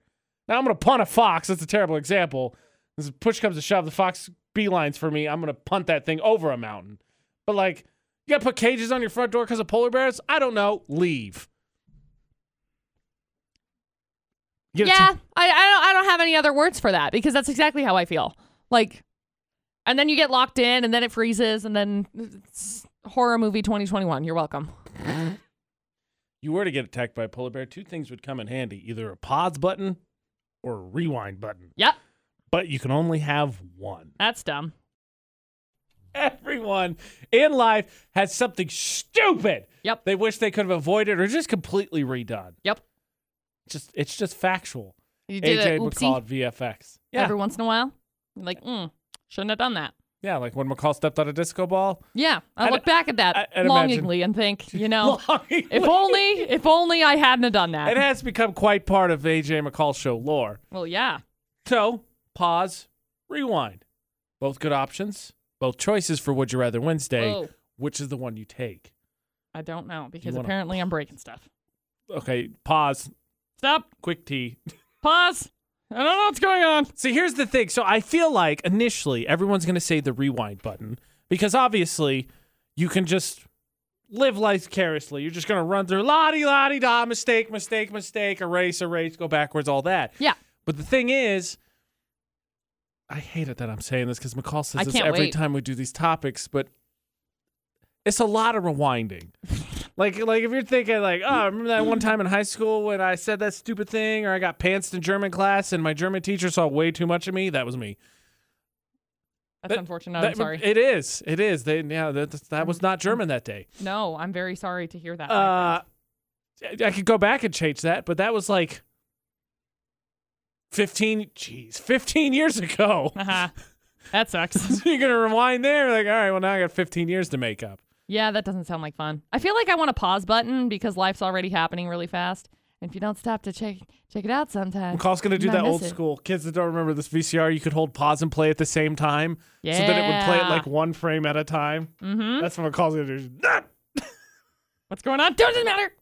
Speaker 1: Now I'm gonna punt a fox. That's a terrible example. This is push comes to shove, the fox beelines for me. I'm gonna punt that thing over a mountain. But like, you gotta put cages on your front door because of polar bears. I don't know. Leave. You gotta
Speaker 2: Yeah, I, I don't I don't have any other words for that because that's exactly how I feel. Like, and then you get locked in, and then it freezes, and then it's horror movie 2021. You're welcome.
Speaker 1: you were to get attacked by a polar bear, two things would come in handy either a pause button or a rewind button.
Speaker 2: Yep,
Speaker 1: But you can only have one.
Speaker 2: that's dumb.
Speaker 1: Everyone in life has something stupid
Speaker 2: Yep.
Speaker 1: they wish they could have avoided or just completely redone.
Speaker 2: Yep,
Speaker 1: Just It's just factual.
Speaker 2: you did
Speaker 1: AJ
Speaker 2: it. Oopsie.
Speaker 1: McCall at VFX. Yeah.
Speaker 2: Every once in a while, you're like, mm, shouldn't have done that.
Speaker 1: yeah, like when McCall stepped on a disco ball.
Speaker 2: Yeah, I
Speaker 1: I'd-
Speaker 2: look back at that
Speaker 1: I- I'd imagine-
Speaker 2: longingly and think, you know, if only, if only I hadn't have done that.
Speaker 1: it has become quite part of AJ McCall show lore.
Speaker 2: well, yeah,
Speaker 1: So, pause, rewind. Both good options. both choices for Would You Rather Wednesday.
Speaker 2: Whoa.
Speaker 1: Which is the one you take?
Speaker 2: I don't know because
Speaker 1: wanna-
Speaker 2: apparently I'm breaking stuff.
Speaker 1: Okay, pause.
Speaker 2: Stop.
Speaker 1: Quick tea.
Speaker 2: Pause. I don't know what's going on.
Speaker 1: See, here's the thing. So I feel like initially everyone's going to say the rewind button because obviously you can just live life carelessly. You're just going to run through la di la di da, mistake, mistake, mistake, erase, erase, go backwards, all that.
Speaker 2: Yeah.
Speaker 1: But the thing is, I hate it that I'm saying this because McCall
Speaker 2: I
Speaker 1: says this
Speaker 2: can't
Speaker 1: every
Speaker 2: wait.
Speaker 1: time we do these topics, but it's a lot of rewinding. like, like if you're thinking like, oh, I remember that one time in high school when I said that stupid thing, or I got pantsed in German class, and my German teacher saw way too much of me. That was me.
Speaker 2: That's
Speaker 1: That-
Speaker 2: unfortunate.
Speaker 1: That-
Speaker 2: I'm sorry.
Speaker 1: It is. It is. They, yeah, that, that was not German that day.
Speaker 2: no, I'm very sorry to hear that. my
Speaker 1: Uh, I I could go back and change that, but that was like 15, jeez, 15 years ago.
Speaker 2: friend. Uh-huh. That sucks.
Speaker 1: so you're going to rewind there? Like, all right, well, now I got 15 years to make up.
Speaker 2: yeah, that doesn't sound like fun. I feel like I want a pause button because life's already happening really fast. And if you don't stop to check check it out sometime.
Speaker 1: McCall's going to do
Speaker 2: might
Speaker 1: that
Speaker 2: miss
Speaker 1: old
Speaker 2: it.
Speaker 1: school. Kids that don't remember this VCR, you could hold pause and play at the same time.
Speaker 2: Yeah.
Speaker 1: So that it would play it like one frame at a time.
Speaker 2: Mm-hmm.
Speaker 1: That's what McCall's going to do. Ah!
Speaker 2: What's going on? Doesn't matter.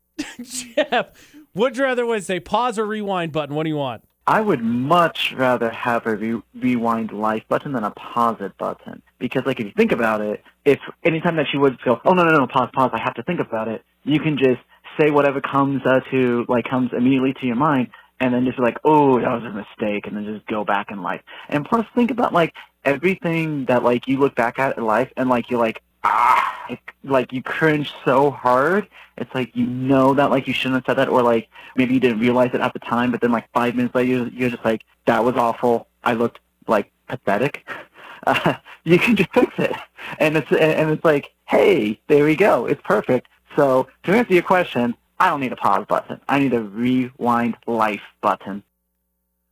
Speaker 1: Jeff, would you rather Wednesday pause or rewind button? What do you want?
Speaker 5: I would much rather have a re- rewind life button than a pause it button. Because, like, if you think about it, if anytime that she would go, oh, no, no, no, pause, pause, I have to think about it, you can just say whatever comes uh, to, like, comes immediately to your mind, and then just be like, oh, that was a mistake, and then just go back in life. And plus, think about, like, everything that, like, you look back at in life, and, like, you're like, ah, like- like, you cringe so hard. It's like, you know that, like, you shouldn't have said that, or, like, maybe you didn't realize it at the time, but then like five minutes later, you're, you're just like, that was awful. I looked like pathetic. Uh, you can just fix it, and it's and it's like, hey, there we go. It's perfect. So to answer your question, I don't need a pause button. I need a rewind life button.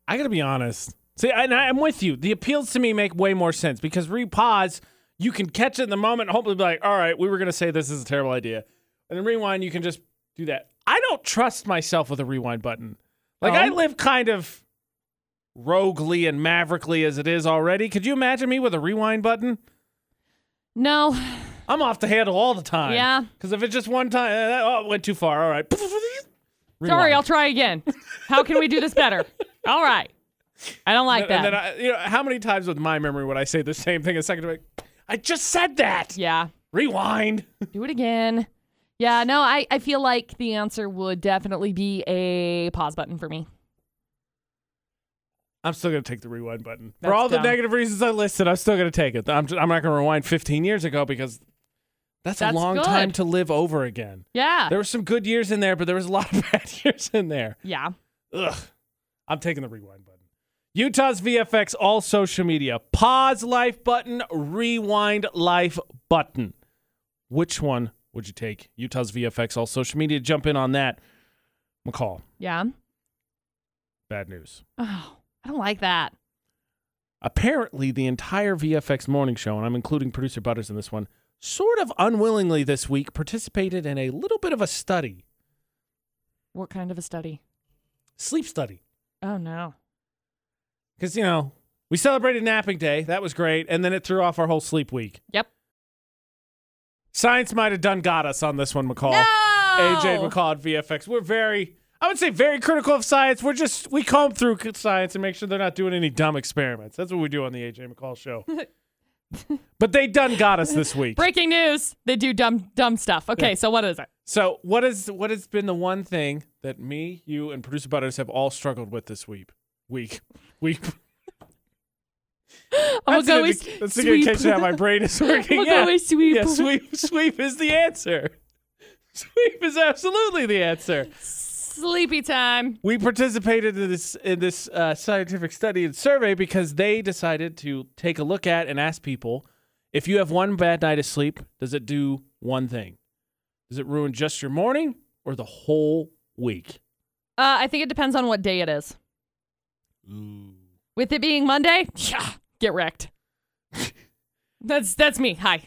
Speaker 1: I gotta be honest. See, and I, I'm with you. The appeals to me make way more sense because repause, you can catch it in the moment. and Hopefully, be like, all right, we were gonna say this is a terrible idea, and then rewind. You can just do that. I don't trust myself with a rewind button. Like
Speaker 2: Oh?
Speaker 1: I live kind of roguely and maverickly as it is already. Could you imagine me with a rewind button?
Speaker 2: No.
Speaker 1: I'm off the handle all the time.
Speaker 2: Yeah.
Speaker 1: Because if it's just one time, eh, oh, it went too far. All right.
Speaker 2: Sorry,
Speaker 1: Rewind.
Speaker 2: I'll try again. How can we do this better? All right. I don't like
Speaker 1: And
Speaker 2: that.
Speaker 1: then I, you know, how many times with my memory would I say the same thing a second? Like, I just said that.
Speaker 2: yeah.
Speaker 1: Rewind.
Speaker 2: Do it again. Yeah, no, I, I feel like the answer would definitely be a pause button for me.
Speaker 1: I'm still gonna take the rewind button for
Speaker 2: That's
Speaker 1: all
Speaker 2: dumb.
Speaker 1: the negative reasons I listed. I'm still gonna take it. I'm just, I'm not gonna rewind 15 years ago because that's,
Speaker 2: That's
Speaker 1: a long time
Speaker 2: good.
Speaker 1: to live over again.
Speaker 2: Yeah.
Speaker 1: There were some good years in there, but there was a lot of bad years in there.
Speaker 2: yeah.
Speaker 1: Ugh. I'm taking the rewind button. Utah's VFX, all social media. Pause life button, rewind life button. Which one would you take? Utah's VFX, all social media. Jump in on that. McCall,
Speaker 2: Yeah.
Speaker 1: bad news.
Speaker 2: Oh, I don't like that.
Speaker 1: Apparently, the entire VFX morning show, and I'm including producer Butters in this one, sort of unwillingly this week participated in a little bit of a study,
Speaker 2: What kind of a study?
Speaker 1: sleep study.
Speaker 2: Oh, no.
Speaker 1: Because, you know, we celebrated napping day. That was great. And then it threw off our whole sleep week.
Speaker 2: Yep.
Speaker 1: Science might have done got us on this one, McCall.
Speaker 2: No!
Speaker 1: AJ and McCall at VFX. We're very, I would say, very critical of science. We're just, we comb through c- science and make sure they're not doing any dumb experiments. That's what we do on the AJ McCall show. but they done got us this week.
Speaker 2: Breaking news. They do dumb, dumb stuff. Okay, so what is it?
Speaker 1: So, what is what has been the one thing that me, you, and producer Butters have all struggled with this week? Week, week.
Speaker 2: I'm
Speaker 1: That's an
Speaker 2: going to
Speaker 1: indic-
Speaker 2: go
Speaker 1: that's
Speaker 2: with
Speaker 1: an indication
Speaker 2: sweep. Oh
Speaker 1: how my brain is working.
Speaker 2: We'll go
Speaker 1: yeah.
Speaker 2: with sweep.
Speaker 1: Yeah, sweep. Sweep is the answer. Sweep is absolutely the answer.
Speaker 2: Sleepy time.
Speaker 1: We participated in this in this uh, scientific study and survey because they decided to take a look at and ask people if you have one bad night of sleep, does it do one thing? Does it ruin just your morning or the whole week?
Speaker 2: Uh, I think it depends on what day it is.
Speaker 1: Ooh.
Speaker 2: With it being Monday, yeah, get wrecked. that's that's me. Hi.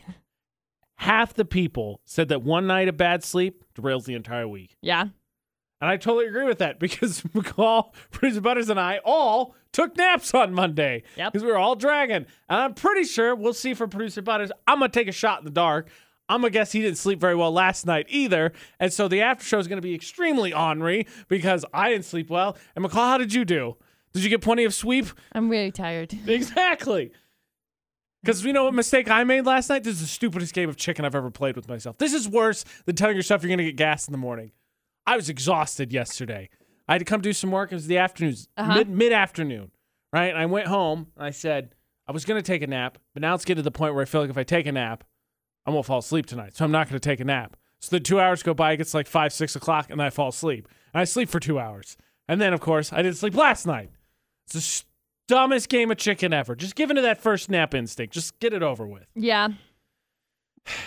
Speaker 1: Half the people said that one night of bad sleep derails the entire week.
Speaker 2: Yeah.
Speaker 1: And I totally agree with that because McCall, producer Butters, and I all took naps on Monday
Speaker 2: Yep.
Speaker 1: because we were all dragging. And I'm pretty sure we'll see for producer Butters. I'm gonna take a shot in the dark. I'm gonna guess he didn't sleep very well last night either, and so the after show is gonna be extremely ornery because I didn't sleep well. And McCall, how did you do? Did you get plenty of sweep?
Speaker 2: I'm really tired.
Speaker 1: Exactly. Because you know what mistake I made last night? This is the stupidest game of chicken I've ever played with myself. This is worse than telling yourself you're going to get gas in the morning. I was exhausted yesterday. I had to come do some work. It was the afternoons,
Speaker 2: Uh-huh.
Speaker 1: mid mid afternoon, right? And I went home and I said I was going to take a nap, but now it's getting to the point where I feel like if I take a nap, I won't fall asleep tonight. So I'm not going to take a nap. So the two hours go by. It gets like five, six o'clock, and I fall asleep. And I sleep for two hours, and then of course I didn't sleep last night. It's the s- dumbest game of chicken ever. Just give into that first nap instinct. Just get it over with.
Speaker 2: Yeah.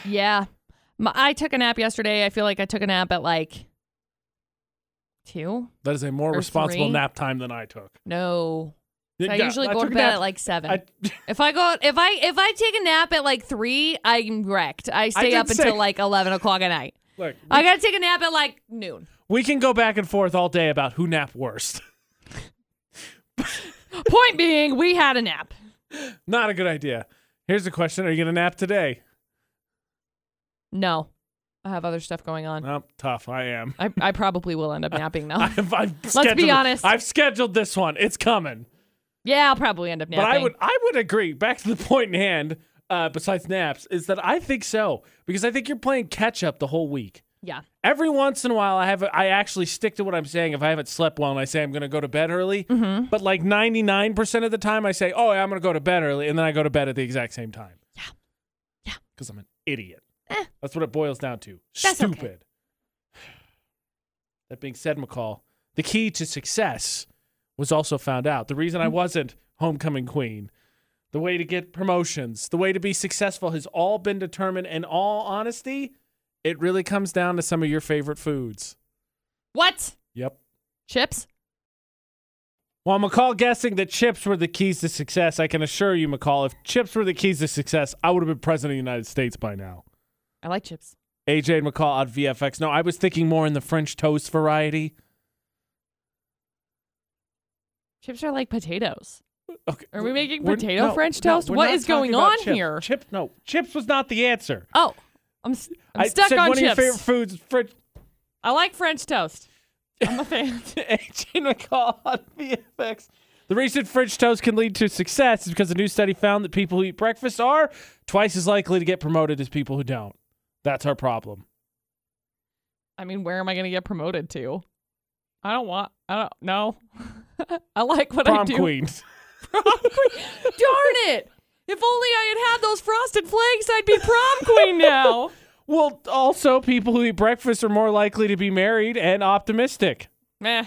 Speaker 2: Yeah. My, I took a nap yesterday. I feel like I took a nap at like two.
Speaker 1: That is a more
Speaker 2: Or
Speaker 1: responsible
Speaker 2: three.
Speaker 1: nap time than I took.
Speaker 2: No. I
Speaker 1: Yeah,
Speaker 2: usually go
Speaker 1: took
Speaker 2: to
Speaker 1: a
Speaker 2: bed
Speaker 1: nap-
Speaker 2: at like seven.
Speaker 1: I,
Speaker 2: if I go, if I if I take a nap at like three, I'm wrecked. I stay
Speaker 1: did
Speaker 2: up
Speaker 1: say-
Speaker 2: until like eleven o'clock at night.
Speaker 1: look,
Speaker 2: I gotta take a nap at like noon.
Speaker 1: we can go back and forth all day about who napped worst.
Speaker 2: Point being, we had a nap.
Speaker 1: Not a good idea. Here's the question: Are you gonna nap today?
Speaker 2: No, I have other stuff going on.
Speaker 1: Nope, tough. I am.
Speaker 2: I, I probably will end up napping though.
Speaker 1: I've, I've
Speaker 2: Let's
Speaker 1: scheduled-
Speaker 2: be honest.
Speaker 1: I've scheduled this one. It's coming.
Speaker 2: yeah, I'll probably end up napping.
Speaker 1: But I would I would agree. Back to the point in hand. Uh, besides naps, is that I think so because I think you're playing catch up the whole week.
Speaker 2: Yeah.
Speaker 1: Every once in a while, I have I actually stick to what I'm saying. If I haven't slept well and I say I'm going to go to bed early,
Speaker 2: Mm-hmm.
Speaker 1: but like 99% of the time, I say, "Oh, yeah, I'm going to go to bed early," and then I go to bed at the exact same time. Yeah,
Speaker 2: Yeah. Eh.
Speaker 1: Because I'm an idiot. That's what it boils down to.
Speaker 2: That's okay.
Speaker 1: Stupid. That being said, McCall, the key to success was also found out. The reason
Speaker 2: Mm-hmm.
Speaker 1: I wasn't homecoming queen, the way to get promotions, the way to be successful has all been determined. In all honesty, it really comes down to some of your favorite foods.
Speaker 2: What?
Speaker 1: Yep.
Speaker 2: Chips?
Speaker 1: While McCall guessing that chips were the keys to success, I can assure you, McCall, if chips were the keys to success, I would have been president of the United States by now.
Speaker 2: I like chips.
Speaker 1: AJ and McCall on VFX. No, I was thinking more in the French toast variety.
Speaker 2: Chips are like potatoes.
Speaker 1: Okay.
Speaker 2: Are we making
Speaker 1: We're-
Speaker 2: potato
Speaker 1: no,
Speaker 2: French
Speaker 1: no,
Speaker 2: toast?
Speaker 1: we're
Speaker 2: what
Speaker 1: not
Speaker 2: is going
Speaker 1: talking about
Speaker 2: on
Speaker 1: chips.
Speaker 2: here?
Speaker 1: Chip, no, chips was not the answer.
Speaker 2: Oh, I'm, s- I'm
Speaker 1: I
Speaker 2: stuck
Speaker 1: said
Speaker 2: on
Speaker 1: one
Speaker 2: chips.
Speaker 1: of your favorite foods, is French.
Speaker 2: I like French toast. I'm a fan.
Speaker 1: AJ and McCall on VFX. The reason French toast can lead to success is because a new study found that people who eat breakfast are twice as likely to get promoted as people who don't. That's our problem.
Speaker 2: I mean, where am I going to get promoted to? I don't want. I don't know. I like what I
Speaker 1: Prom
Speaker 2: do.
Speaker 1: queen.
Speaker 2: Prom queen. Darn it! If only I had had those frosted flakes, I'd be prom queen now.
Speaker 1: Well, also, people who eat breakfast are more likely to be married and optimistic.
Speaker 2: Meh.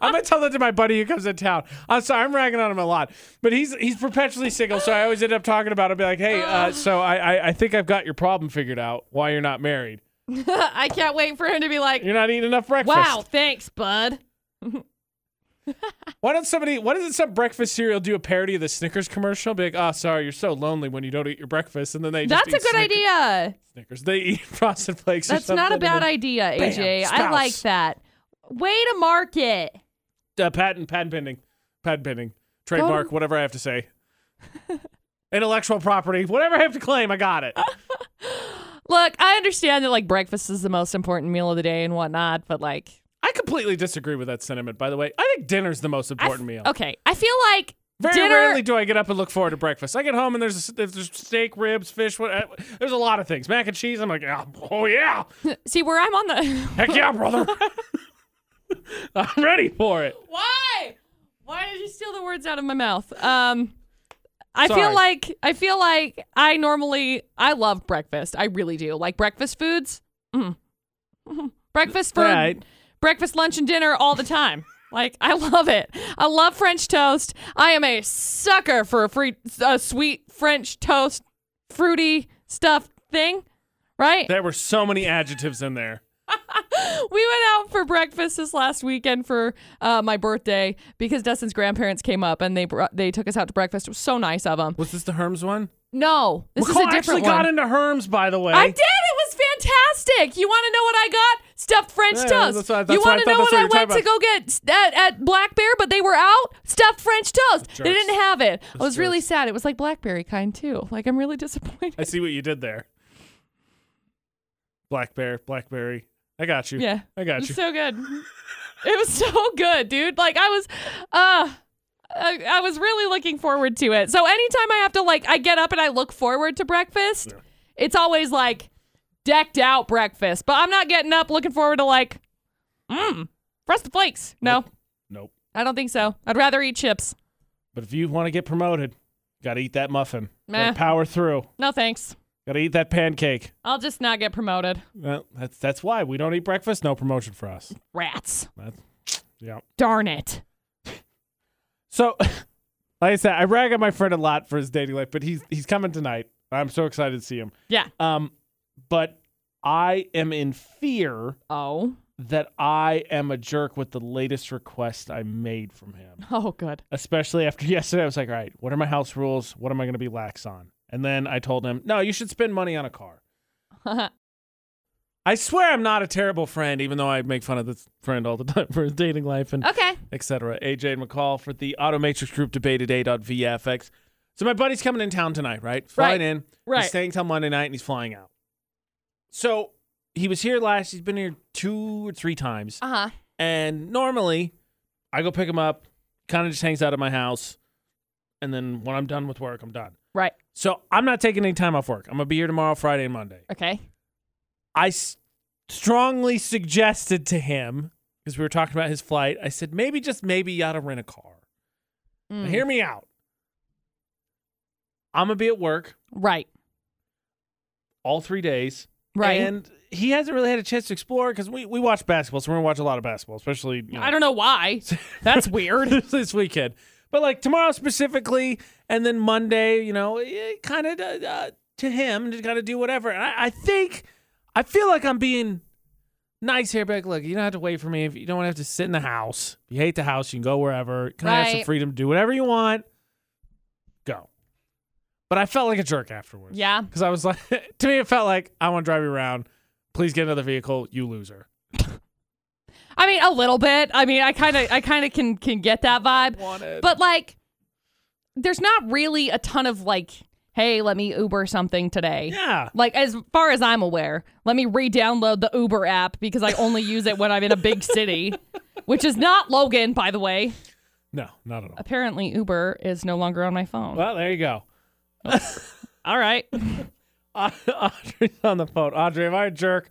Speaker 1: I'm gonna tell that to my buddy who comes in town. I'm sorry, I'm ragging on him a lot, but he's he's perpetually single, so I always end up talking about. it. I'll be like, hey, uh, so I, I I think I've got your problem figured out. Why you're not married?
Speaker 2: I can't wait for him to be like,
Speaker 1: You're not eating enough breakfast.
Speaker 2: "Wow, thanks, bud."
Speaker 1: Why don't somebody? Why doesn't some breakfast cereal do a parody of the Snickers commercial? Be like, oh, sorry, you're so lonely when you don't eat your breakfast, and then they just
Speaker 2: That's a good
Speaker 1: eat Snicker-
Speaker 2: idea.
Speaker 1: Snickers. They eat frosted flakes. or
Speaker 2: That's not a
Speaker 1: something, and
Speaker 2: bad
Speaker 1: then-
Speaker 2: idea, AJ. I
Speaker 1: spouse.
Speaker 2: like that. Way to market.
Speaker 1: uh, patent, patent pending, patent pending, trademark, whatever I have to say. Intellectual property, whatever I have to claim, I got it.
Speaker 2: Look, I understand that like breakfast is the most important meal of the day and whatnot, but like,
Speaker 1: I completely disagree with that sentiment. By the way, I think dinner's the most
Speaker 2: I
Speaker 1: important
Speaker 2: f-
Speaker 1: meal.
Speaker 2: Okay, I feel like
Speaker 1: Very
Speaker 2: dinner.
Speaker 1: rarely do I get up and look forward to breakfast. I get home and there's if there's steak, ribs, fish. What, uh, there's a lot of things. Mac and cheese. I'm like, oh, oh yeah,
Speaker 2: See where I'm on the.
Speaker 1: heck yeah, brother. I'm ready for it.
Speaker 2: Why? Why did you steal the words out of my mouth? Um. I
Speaker 1: Sorry.
Speaker 2: feel like I feel like I normally I love breakfast. I really do. Like breakfast foods. Mm. breakfast for
Speaker 1: Right.
Speaker 2: breakfast, lunch and dinner all the time. like I love it. I love French toast. I am a sucker for a free a sweet French toast fruity stuffed thing, right?
Speaker 1: There were so many adjectives in there.
Speaker 2: we went out for breakfast this last weekend for uh, my birthday because Dustin's grandparents came up and they brought, they took us out to breakfast. It was so nice of them.
Speaker 1: Was this the Herms one?
Speaker 2: No, this
Speaker 1: McCall
Speaker 2: is a different
Speaker 1: actually
Speaker 2: one.
Speaker 1: got into Herms, by the way.
Speaker 2: I did. It was fantastic. You want to know what I got? Stuffed French
Speaker 1: Yeah,
Speaker 2: toast.
Speaker 1: that's what I-
Speaker 2: you
Speaker 1: that's what I
Speaker 2: want to
Speaker 1: thought
Speaker 2: know
Speaker 1: that's
Speaker 2: what
Speaker 1: what
Speaker 2: I
Speaker 1: you were
Speaker 2: went
Speaker 1: talking
Speaker 2: to go get at, at Black Bear, but they were out? Stuffed French toast. They
Speaker 1: jerks.
Speaker 2: didn't have it. I was really
Speaker 1: jerks.
Speaker 2: sad. It was like Blackberry kind too. Like I'm really disappointed.
Speaker 1: I see what you did there. Black bear, blackberry. I got you.
Speaker 2: Yeah.
Speaker 1: I
Speaker 2: It
Speaker 1: got
Speaker 2: was
Speaker 1: you.
Speaker 2: so good. It was so good, dude. Like I was uh I, I was really looking forward to it. So anytime I have to like I get up and I look forward to breakfast, it's always like decked out breakfast. But I'm not getting up looking forward to like mmm, frosted flakes. No.
Speaker 1: Nope.
Speaker 2: I don't think so. I'd rather eat chips.
Speaker 1: But if you want to get promoted, got to eat that muffin. Gotta
Speaker 2: Meh.
Speaker 1: power through.
Speaker 2: No thanks.
Speaker 1: Got to eat that pancake.
Speaker 2: I'll just not get promoted.
Speaker 1: Well, that's that's why we don't eat breakfast. No promotion for us.
Speaker 2: Rats.
Speaker 1: That's, yeah.
Speaker 2: Darn it.
Speaker 1: So, like I said, I rag on my friend a lot for his dating life, but he's he's coming tonight. I'm so excited to see him.
Speaker 2: Yeah.
Speaker 1: Um, but I am in fear
Speaker 2: Oh.
Speaker 1: that I am a jerk with the latest request I made from him.
Speaker 2: Oh good.
Speaker 1: Especially after yesterday, I was like, all right, what are my house rules? What am I going to be lax on? And then I told him, no, you should spend money on a car. I swear I'm not a terrible friend, even though I make fun of this friend all the time for his dating life and
Speaker 2: okay.
Speaker 1: etc. AJ and McCall for the Automatrix Group debate today. VFX. So my buddy's coming in town tonight, right? Flying
Speaker 2: Right.
Speaker 1: in.
Speaker 2: Right.
Speaker 1: He's staying till Monday night and he's flying out. So he was here last. He's been here two or three times.
Speaker 2: Uh-huh.
Speaker 1: And normally, I go pick him up. Kind of just hangs out at my house, and then when I'm done with work, I'm done.
Speaker 2: Right.
Speaker 1: So I'm not taking any time off work. I'm gonna be here tomorrow, Friday, and Monday.
Speaker 2: Okay.
Speaker 1: I s- strongly suggested to him because we were talking about his flight. I said maybe just maybe you ought to rent a car. Now,
Speaker 2: Mm.
Speaker 1: hear me out. I'm gonna be at work
Speaker 2: Right.
Speaker 1: all three days,
Speaker 2: Right.
Speaker 1: And he hasn't really had a chance to explore because we we watch basketball, so we're gonna watch a lot of basketball, especially you know,
Speaker 2: I don't know why. That's weird.
Speaker 1: this weekend. But like tomorrow specifically, and then Monday, you know, kind of uh, uh, to him to kind of do whatever. And I, I think I feel like I'm being nice here, but like, look, you don't have to wait for me. If you don't have to sit in the house, if you hate the house, you can go wherever. Kind of have some
Speaker 2: Right.
Speaker 1: freedom to do whatever you want. Go. But I felt like a jerk afterwards.
Speaker 2: Yeah.
Speaker 1: because I was like, to me, it felt like I want to drive you around. Please get another vehicle, you loser.
Speaker 2: I mean, a little bit. I mean, I kind of, I kind of can can get that vibe. But like, there's not really a ton of like, hey, let me Uber something today.
Speaker 1: Yeah.
Speaker 2: Like as far as I'm aware, let me re-download the Uber app because I only use it when I'm in a big city, which is not Logan, by the way.
Speaker 1: No, not at all.
Speaker 2: Apparently, Uber is no longer on my phone.
Speaker 1: Well, there you go.
Speaker 2: All right.
Speaker 1: Au- Audrey's on the phone. Audrey, am I a jerk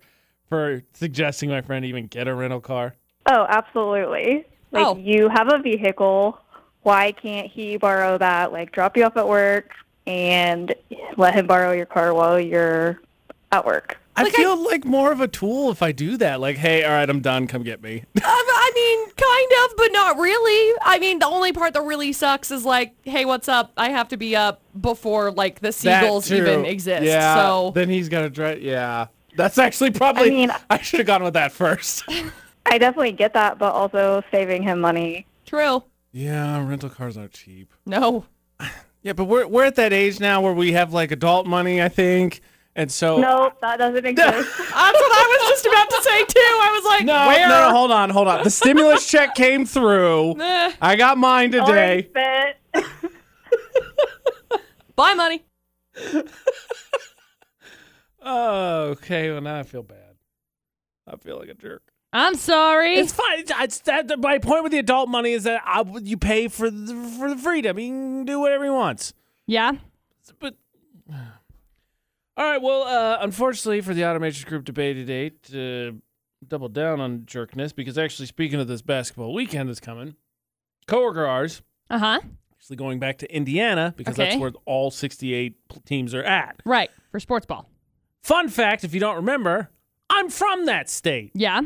Speaker 1: for suggesting my friend even get a rental car?
Speaker 3: Oh, absolutely. Like
Speaker 2: Oh.
Speaker 3: you have a vehicle, why can't he borrow that? Like drop you off at work and let him borrow your car while you're at work.
Speaker 1: I feel like more of a tool if I do that. Like, hey, all right, I'm done. Come get me.
Speaker 2: Um, I mean, kind of, but not really. I mean, the only part that really sucks is like, hey, what's up? I have to be up before like the seagulls even exist.
Speaker 1: Yeah.
Speaker 2: So
Speaker 1: then he's gonna drive. Yeah, that's actually probably. I,
Speaker 3: I mean-
Speaker 1: should have gone with that first.
Speaker 3: I definitely get that, but also saving him money.
Speaker 2: true.
Speaker 1: yeah, rental cars aren't cheap.
Speaker 2: No.
Speaker 1: Yeah, but we're we're at that age now where we have like adult money, I think, and so
Speaker 3: No, that doesn't exist.
Speaker 2: That's what I was just about to say too. I was like,
Speaker 1: No,
Speaker 2: where?
Speaker 1: no, hold on, hold on. The stimulus check came through.
Speaker 2: Eh,
Speaker 1: I got mine today.
Speaker 3: Already spent.
Speaker 2: buy money.
Speaker 1: Oh, okay. Well, now I feel bad. I feel like a jerk.
Speaker 2: I'm sorry.
Speaker 1: It's fine. It's- It's, that, my point with the adult money is that I, you pay for the, for the freedom. He can do whatever he wants.
Speaker 2: yeah.
Speaker 1: But all right. Well, uh, unfortunately for the Automatrix Group debate today, to double down on jerkness because actually speaking of this basketball weekend that's coming, coworker ours
Speaker 2: Uh huh.
Speaker 1: actually going back to Indiana because that's
Speaker 2: Okay.
Speaker 1: where all 68 pl- teams are at.
Speaker 2: Right for sports ball.
Speaker 1: Fun fact, if you don't remember, I'm from that state.
Speaker 2: Yeah.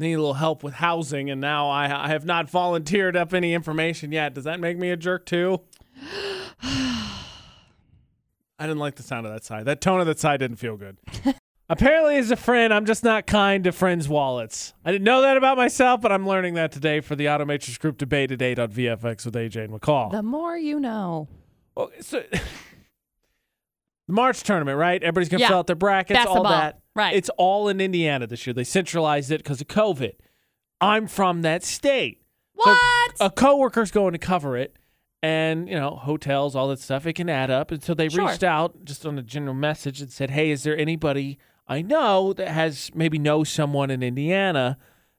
Speaker 1: need a little help with housing, and now I, I have not volunteered up any information yet. Does that make me a jerk too? I didn't like the sound of that side. That tone of that side didn't feel good. Apparently, as a friend, I'm just not kind to friends' wallets. I didn't know that about myself, but I'm learning that today for the Automatrix Group debate today on VFX with AJ and McCall.
Speaker 2: The more you know.
Speaker 1: Well, so, The March tournament, right? Everybody's going to
Speaker 2: Yeah.
Speaker 1: fill out their brackets,
Speaker 2: That's the
Speaker 1: all
Speaker 2: ball.
Speaker 1: that.
Speaker 2: Right.
Speaker 1: It's all in Indiana this year. They centralized it because of COVID. I'm from that state. So uh,
Speaker 2: What?
Speaker 1: a coworker's going to cover it and you know hotels all that stuff it can add up and so they
Speaker 2: Sure.
Speaker 1: reached out just on a general message and said hey is there anybody i know that has maybe knows someone in indiana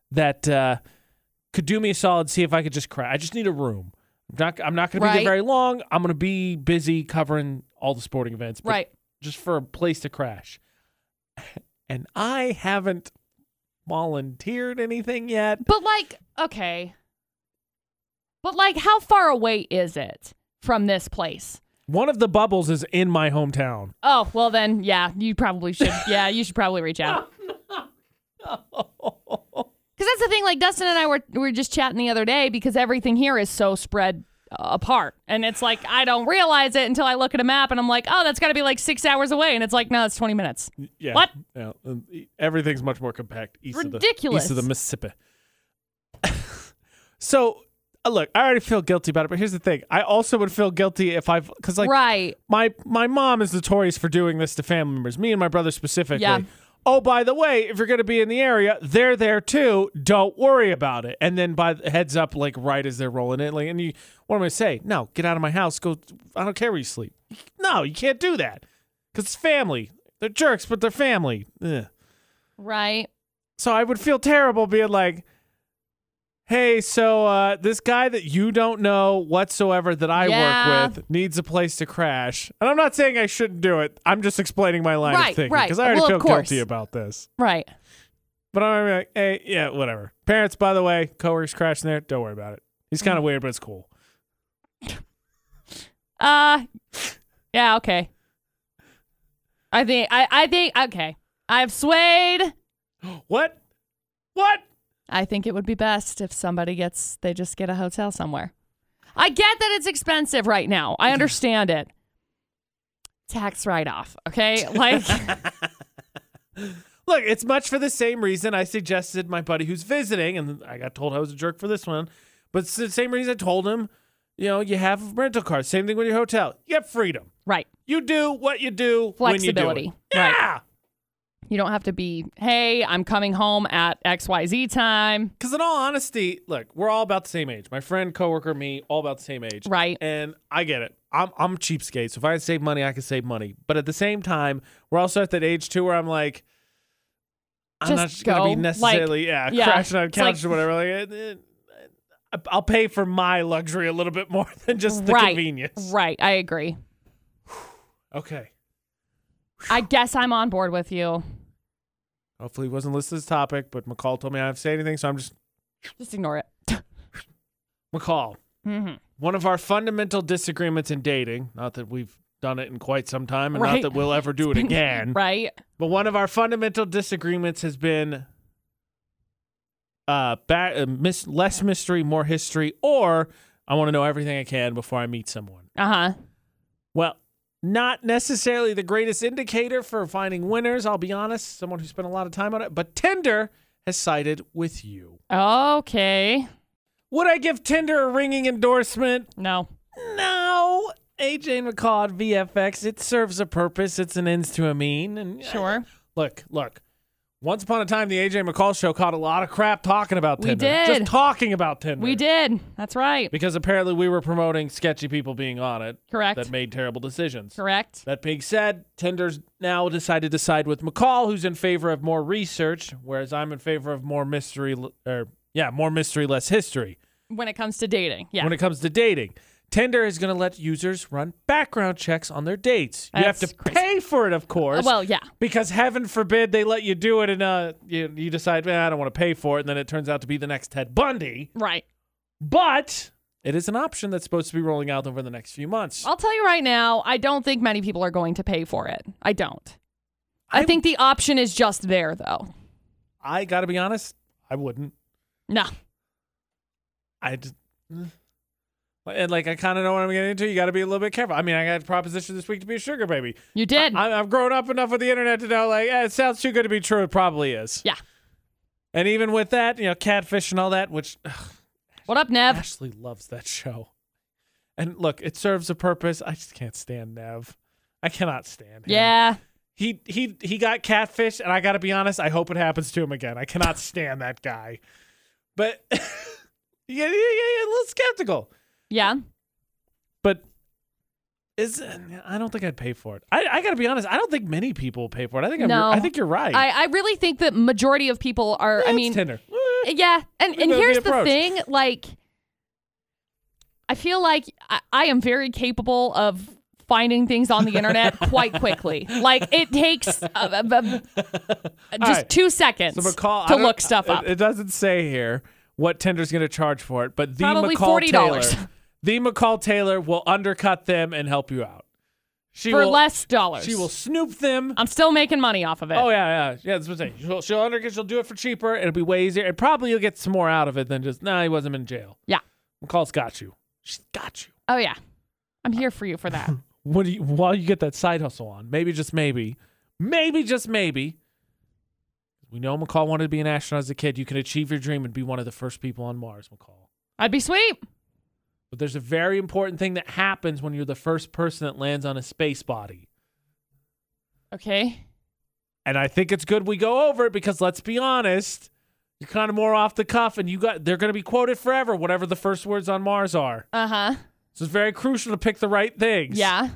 Speaker 1: that uh, could do me a solid see if i could just cry i just need a room i'm not, I'm not going to be
Speaker 2: Right.
Speaker 1: there very long i'm going to be busy covering all the sporting events but
Speaker 2: right.
Speaker 1: just for a place to crash and i haven't volunteered anything yet
Speaker 2: But like, okay. But like, how far away is it from this place?
Speaker 1: one of the bubbles is in my hometown
Speaker 2: Oh, well then, yeah, you probably should. Yeah, you should probably reach out. Because that's the thing. Like Dustin and I were we were just chatting the other day because everything here is so spread uh, apart, and it's like I don't realize it until I look at a map and I'm like, oh, that's got to be like six hours away, and it's like, no, it's 20 minutes.
Speaker 1: Yeah.
Speaker 2: What?
Speaker 1: Yeah. um, e- Everything's much more compact east
Speaker 2: Ridiculous.
Speaker 1: of the east of the Mississippi. so, uh, look, I already feel guilty about it, but here's the thing: I also would feel guilty if I've because like
Speaker 2: right.
Speaker 1: my my mom is notorious for doing this to family members, me and my brother specifically.
Speaker 2: Yeah.
Speaker 1: Oh, by the way, if you're going to be in the area, they're there too. Don't worry about it. And then by the heads up, like right as they're rolling in, like, and you, what am I gonna say? No, get out of my house. Go. I don't care where you sleep. No, you can't do that because it's family. They're jerks, but they're family. Ugh.
Speaker 2: Right.
Speaker 1: So I would feel terrible being like, hey, so uh, this guy that you don't know whatsoever that I
Speaker 2: Yeah.
Speaker 1: work with needs a place to crash. And I'm not saying I shouldn't do it. I'm just explaining my line
Speaker 2: Right,
Speaker 1: of thinking
Speaker 2: right.
Speaker 1: I already
Speaker 2: Well,
Speaker 1: feel
Speaker 2: of course.
Speaker 1: guilty about this.
Speaker 2: Right.
Speaker 1: But I'm gonna be like, hey, yeah, whatever. Parents, by the way, coworkers crashing there. Don't worry about it. He's
Speaker 2: Mm.
Speaker 1: kind of weird, but it's cool.
Speaker 2: Uh yeah, okay. I think I, I think okay. I've swayed.
Speaker 1: What? What?
Speaker 2: I think it would be best if somebody gets they just get a hotel somewhere. I get that it's expensive right now. I understand it. Tax write off, okay? Like
Speaker 1: Look, it's much for the same reason I suggested my buddy who's visiting, and I got told I was a jerk for this one. But it's the same reason I told him, you know, you have rental cars. Same thing with your hotel. You have freedom.
Speaker 2: right.
Speaker 1: You do what you do
Speaker 2: Flexibility.
Speaker 1: when you do it.
Speaker 2: Right.
Speaker 1: Yeah,
Speaker 2: You don't have to be, "Hey, I'm coming home at XYZ time."
Speaker 1: because in all honesty, look, we're all about the same age. My friend, coworker, me, all about the same age.
Speaker 2: Right.
Speaker 1: And I get it. I'm I'm a cheapskate. So if I can save money, I can save money. But at the same time, we're also at that age too where I'm like, I'm
Speaker 2: Just
Speaker 1: not gonna be
Speaker 2: go.
Speaker 1: necessarily yeah,
Speaker 2: yeah.
Speaker 1: crashing on a
Speaker 2: It's
Speaker 1: couch
Speaker 2: like-
Speaker 1: or whatever. Like, eh, eh, I'll pay for my luxury a little bit more than just the
Speaker 2: right.
Speaker 1: convenience.
Speaker 2: Right. I agree.
Speaker 1: Okay.
Speaker 2: I guess I'm on board with you.
Speaker 1: Hopefully, he wasn't listed as topic, but McCall told me I don't have to say anything, so I'm just
Speaker 2: Just ignore it.
Speaker 1: McCall.
Speaker 2: mhm.
Speaker 1: one of our fundamental disagreements in dating, not that we've done it in quite some time and not
Speaker 2: Right.
Speaker 1: that we'll ever do it again,
Speaker 2: Right?
Speaker 1: but one of our fundamental disagreements has been uh, ba- uh mis- less mystery, more history, or I want to know everything I can before I meet someone.
Speaker 2: Uh-huh.
Speaker 1: Well, not necessarily the greatest indicator for finding winners, I'll be honest, someone who spent a lot of time on it, but Tinder has sided with you.
Speaker 2: Okay.
Speaker 1: Would I give Tinder a ringing endorsement?
Speaker 2: No.
Speaker 1: No, AJ and McCall at VFX. It serves a purpose. It's an ends to a mean. And
Speaker 2: Sure.
Speaker 1: look, look. Once upon a time, the AJ McCall show caught a lot of crap talking about
Speaker 2: We
Speaker 1: Tinder.
Speaker 2: did.
Speaker 1: Just talking about Tinder.
Speaker 2: We did. That's right.
Speaker 1: because apparently we were promoting sketchy people being on it
Speaker 2: Correct.
Speaker 1: that made terrible decisions.
Speaker 2: Correct.
Speaker 1: That being said, Tinder's now decided to side with McCall, who's in favor of more research, whereas I'm in favor of more mystery, l- or yeah, more mystery, less history
Speaker 2: When it comes to dating. Yeah.
Speaker 1: when it comes to dating. Tinder is going to let users run background checks on their dates. you have
Speaker 2: That's
Speaker 1: to
Speaker 2: crazy.
Speaker 1: pay for it, of course.
Speaker 2: Uh, well, yeah.
Speaker 1: because heaven forbid they let you do it and uh, you, you decide, man, I don't want to pay for it. And then it turns out to be the next Ted Bundy.
Speaker 2: Right.
Speaker 1: But it is an option that's supposed to be rolling out over the next few months.
Speaker 2: I'll tell you right now, I don't think many people are going to pay for it. I don't. i
Speaker 1: I'm-
Speaker 2: think the option is just there though.
Speaker 1: I got to be honest, I wouldn't.
Speaker 2: No.
Speaker 1: I just. And like I kind of know what I'm getting into. You got to be a little bit careful. I mean, I got a proposition this week to be a sugar baby.
Speaker 2: You did.
Speaker 1: I, I've grown up enough with the internet to know, like, eh, it sounds too good to be true. It probably is.
Speaker 2: Yeah.
Speaker 1: And even with that, you know, catfish and all that, which ugh,
Speaker 2: what up, Nev?
Speaker 1: Ashley loves that show. And look, it serves a purpose. I just can't stand Nev. I cannot stand him.
Speaker 2: Yeah.
Speaker 1: He he he got catfish, and I gotta be honest, I hope it happens to him again. I cannot stand that guy. But yeah, yeah, yeah, yeah, a little skeptical.
Speaker 2: Yeah.
Speaker 1: But is I don't think I'd pay for it. I, I gotta be honest, I don't think many people pay for it. I think I'm,
Speaker 2: No.
Speaker 1: I think you're right.
Speaker 2: I, I really think that majority of people are,
Speaker 1: Yeah,
Speaker 2: I
Speaker 1: it's
Speaker 2: mean,
Speaker 1: Tinder.
Speaker 2: yeah. And,
Speaker 1: Think
Speaker 2: and
Speaker 1: about the
Speaker 2: here's the
Speaker 1: approach.
Speaker 2: thing like, I feel like I, I am very capable of finding things on the internet quite quickly. Like, it takes uh, uh, uh, just
Speaker 1: right.
Speaker 2: two seconds
Speaker 1: So McCall
Speaker 2: to
Speaker 1: I don't- uh,
Speaker 2: look stuff
Speaker 1: it-
Speaker 2: up.
Speaker 1: It, doesn't say here what Tinder's going to charge for it, but the
Speaker 2: Probably
Speaker 1: McCall
Speaker 2: $40.
Speaker 1: Taylor, the McCall Taylor will undercut them and help you out. She
Speaker 2: for
Speaker 1: will,
Speaker 2: less dollars. Um,
Speaker 1: She will snoop them.
Speaker 2: I'm still making money off of it.
Speaker 1: Oh yeah, yeah, yeah. That's what I'm saying. She'll, she'll undercut. She'll do it for cheaper. It'll be way easier, and probably you'll get some more out of it than just nah. He wasn't in jail.
Speaker 2: Yeah.
Speaker 1: McCall's got you. She's got you.
Speaker 2: Oh yeah. I'm here for you for that.
Speaker 1: What do you, while you get that side hustle on, maybe just maybe, maybe just maybe. We know McCall wanted to be an astronaut as a kid. You can achieve your dream and be one of the first people on Mars, McCall.
Speaker 2: I'd be sweet.
Speaker 1: But there's a very important thing that happens when you're the first person that lands on a space body.
Speaker 2: Okay.
Speaker 1: And I think it's good we go over it because let's be honest, you're kind of more off the cuff and you got they're going to be quoted forever whatever the first words on Mars are.
Speaker 2: Uh-huh.
Speaker 1: So it's very crucial to pick the right things.
Speaker 2: Yeah.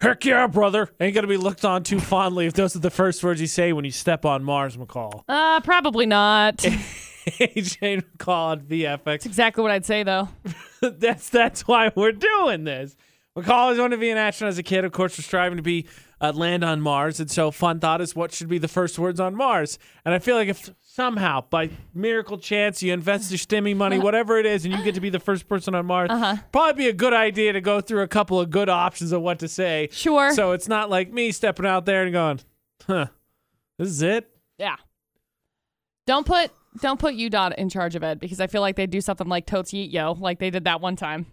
Speaker 1: Heck yeah, brother. Ain't going to be looked on too fondly if those are the first words you say when you step on Mars, McCall.
Speaker 2: Uh probably not. That's
Speaker 1: AJ McCall on VFX.
Speaker 2: exactly what I'd say though.
Speaker 1: that's that's why we're doing this. McCall always wanted to be an astronaut as a kid. Of course, we're striving to be uh, land on Mars, and so fun thought is what should be the first words on Mars. And I feel like if somehow, by miracle chance, you invest your stimmy money, whatever it is, and you get to be the first person on Mars, probably be a good idea to go through a couple of good options of what to say.
Speaker 2: Sure.
Speaker 1: So it's not like me stepping out there and going, "Huh, this is it."
Speaker 2: yeah. Don't put don't put you dot in charge of it because I feel like they do something like totes yeet yo, like they did that one time.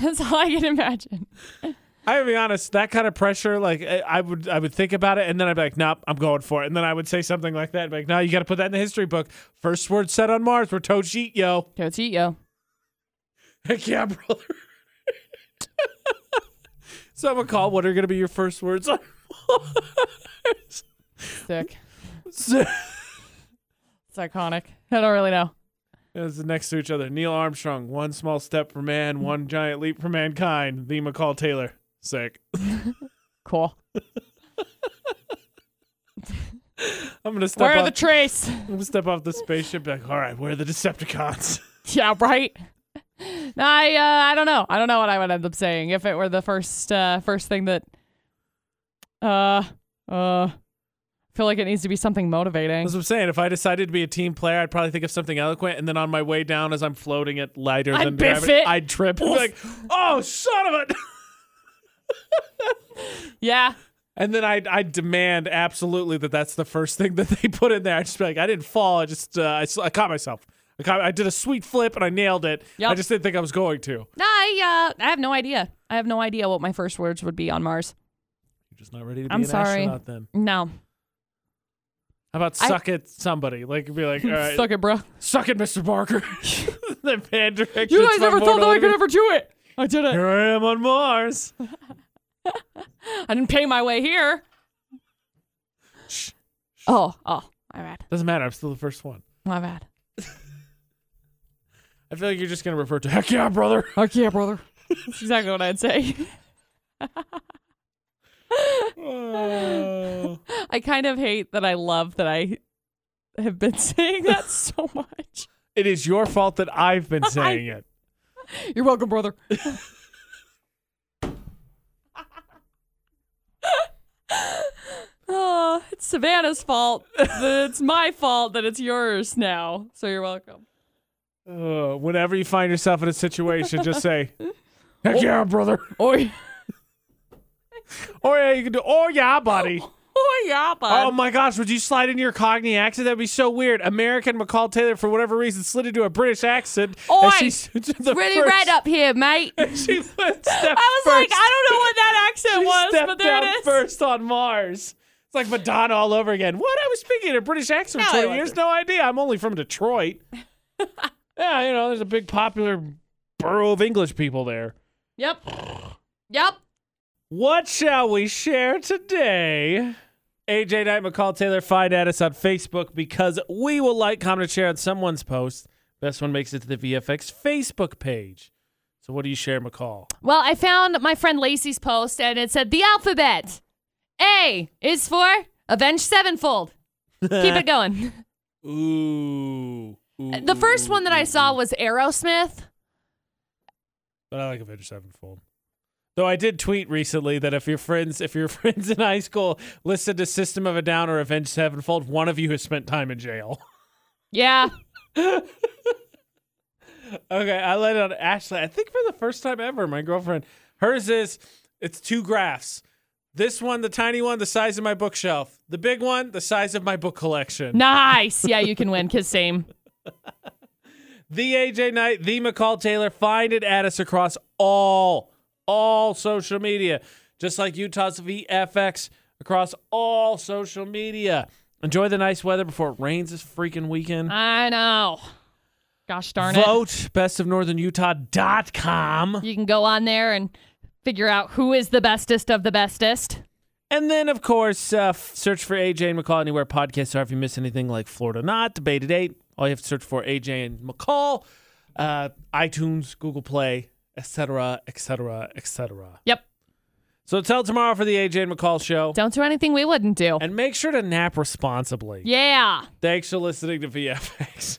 Speaker 2: That's all I can imagine.
Speaker 1: I gotta be honest, that kind of pressure, like I I would I would think about it and then I'd be like, nope, I'm going for it. And then I would say something like that, I'd be like, no, you gotta put that in the history book. First word said on Mars, we're toad sheet, yo.
Speaker 2: Totes yeet yo.
Speaker 1: Heck yeah, brother. so I'm gonna call what are gonna be your first words on
Speaker 2: Sick.
Speaker 1: Mars?
Speaker 2: It's iconic. I don't really know.
Speaker 1: As next to each other. Neil Armstrong, one small step for man, one giant leap for mankind. The McCall Taylor. Sick.
Speaker 2: Cool.
Speaker 1: I'm gonna step
Speaker 2: Where are
Speaker 1: off
Speaker 2: the trace?
Speaker 1: I'm gonna step off the spaceship be like, all right, where are the Decepticons?
Speaker 2: Yeah, right. No, I uh, I don't know. I don't know what I would end up saying if it were the first uh, first thing that. Uh, uh, I feel like it needs to be something motivating.
Speaker 1: That's what I'm saying. If I decided to be a team player, I'd probably think of something eloquent, and then on my way down, as I'm floating it lighter
Speaker 2: I'd
Speaker 1: than
Speaker 2: biff
Speaker 1: gravity,
Speaker 2: it.
Speaker 1: I'd trip. And be like, oh, son of a!
Speaker 2: Yeah,
Speaker 1: And then I I demand absolutely that that's the first thing that they put in there. I just be like, I didn't fall. I just uh, I, s- I caught myself. I, caught, I did a sweet flip and I nailed it.
Speaker 2: Yep.
Speaker 1: I just didn't think I was going to.
Speaker 2: no, I uh, I have no idea. I have no idea what my first words would be on Mars.
Speaker 1: You're just not ready to be
Speaker 2: I'm
Speaker 1: an
Speaker 2: sorry.
Speaker 1: astronaut. Then
Speaker 2: No,
Speaker 1: how about
Speaker 2: I-
Speaker 1: suck at somebody? Like be like, all right,
Speaker 2: suck it, bro.
Speaker 1: suck it, Mr. Barker. the pan directions.
Speaker 2: You guys
Speaker 1: from
Speaker 2: never thought that I
Speaker 1: mortal
Speaker 2: could ever do it. I did it.
Speaker 1: Here I am on Mars.
Speaker 2: I didn't pay my way here. Oh, oh, my bad,
Speaker 1: Doesn't matter. I'm still the first one.
Speaker 2: my bad.
Speaker 1: I feel like you're just gonna refer to heck yeah, brother.
Speaker 2: Heck yeah, brother. That's exactly what I'd say.
Speaker 1: Oh.
Speaker 2: I kind of hate that I love that I have been saying that so much.
Speaker 1: it is your fault that I've been saying it.
Speaker 2: You're welcome, brother. oh, it's Savannah's fault. that It's my fault that it's yours now. So you're welcome.
Speaker 1: Uh, whenever you find yourself in a situation, just say heck yeah, brother.
Speaker 2: Oh, yeah,
Speaker 1: Oh yeah, you can do. Oh yeah, buddy.
Speaker 2: oh yeah, bud.
Speaker 1: Oh my gosh, would you slide into your Cockney accent? That'd be so weird. American McCall Taylor, for whatever reason, slid into a British accent.
Speaker 2: Oi,
Speaker 1: and she's the
Speaker 6: Really
Speaker 1: first-
Speaker 6: red up here, mate.
Speaker 1: She went step
Speaker 2: I was like, I don't know what that accent
Speaker 1: she
Speaker 2: was,
Speaker 1: stepped
Speaker 2: but there
Speaker 1: out
Speaker 2: it is.
Speaker 1: first on Mars. It's like Madonna all over again. What? I was speaking in a British accent
Speaker 2: No,
Speaker 1: for
Speaker 2: I
Speaker 1: 20 years?
Speaker 2: wasn't.
Speaker 1: No idea. I'm only from Detroit. yeah, you know, there's a big popular borough of English people there.
Speaker 2: Yep. Yep.
Speaker 1: What shall we share today? AJ Knight, McCall Taylor, find at us on Facebook because we will like, comment, and share on someone's post. Best one makes it to the VFX Facebook page. So what do you share, McCall?
Speaker 2: Well, I found my friend Lacey's post and it said the alphabet. A is for Avenge Sevenfold. Keep it going.
Speaker 1: Ooh. Ooh,
Speaker 2: The
Speaker 1: ooh,
Speaker 2: first
Speaker 1: ooh,
Speaker 2: one that
Speaker 1: ooh,
Speaker 2: I saw
Speaker 1: ooh.
Speaker 2: was Aerosmith.
Speaker 1: But I like Avengers Sevenfold. Though I did tweet recently that if your friends, if your friends in high school listen to System of a Down or Avenged Sevenfold, one of you has spent time in jail.
Speaker 2: Yeah.
Speaker 1: okay, I let it on Ashley. I think for the first time ever, my girlfriend. Hers is it's two graphs. This one, the tiny one, the size of my bookshelf. The big one, the size of my book collection.
Speaker 2: Nice. Yeah, you can win. Cause same.
Speaker 1: the AJ Knight, the McCall Taylor. Find it at us across all all social media, just like Utah's VFX across all social media. Enjoy the nice weather before it rains this freaking weekend.
Speaker 2: I know. Gosh darn it.
Speaker 1: Vote bestofnorthernutah.com.
Speaker 2: You can go on there and figure out who is the bestest of the bestest.
Speaker 1: And then, of course, uh, f- search for AJ and McCall anywhere podcasts are. If you miss anything like Florida Not, Debate at 8, all you have to search for AJ and McCall, uh, iTunes, Google Play, etc., etc., etc.
Speaker 2: Yep.
Speaker 1: So until tomorrow for the AJ and McCall show.
Speaker 2: Don't do anything we wouldn't do.
Speaker 1: And make sure to nap responsibly.
Speaker 2: Yeah.
Speaker 1: Thanks for listening to VFX.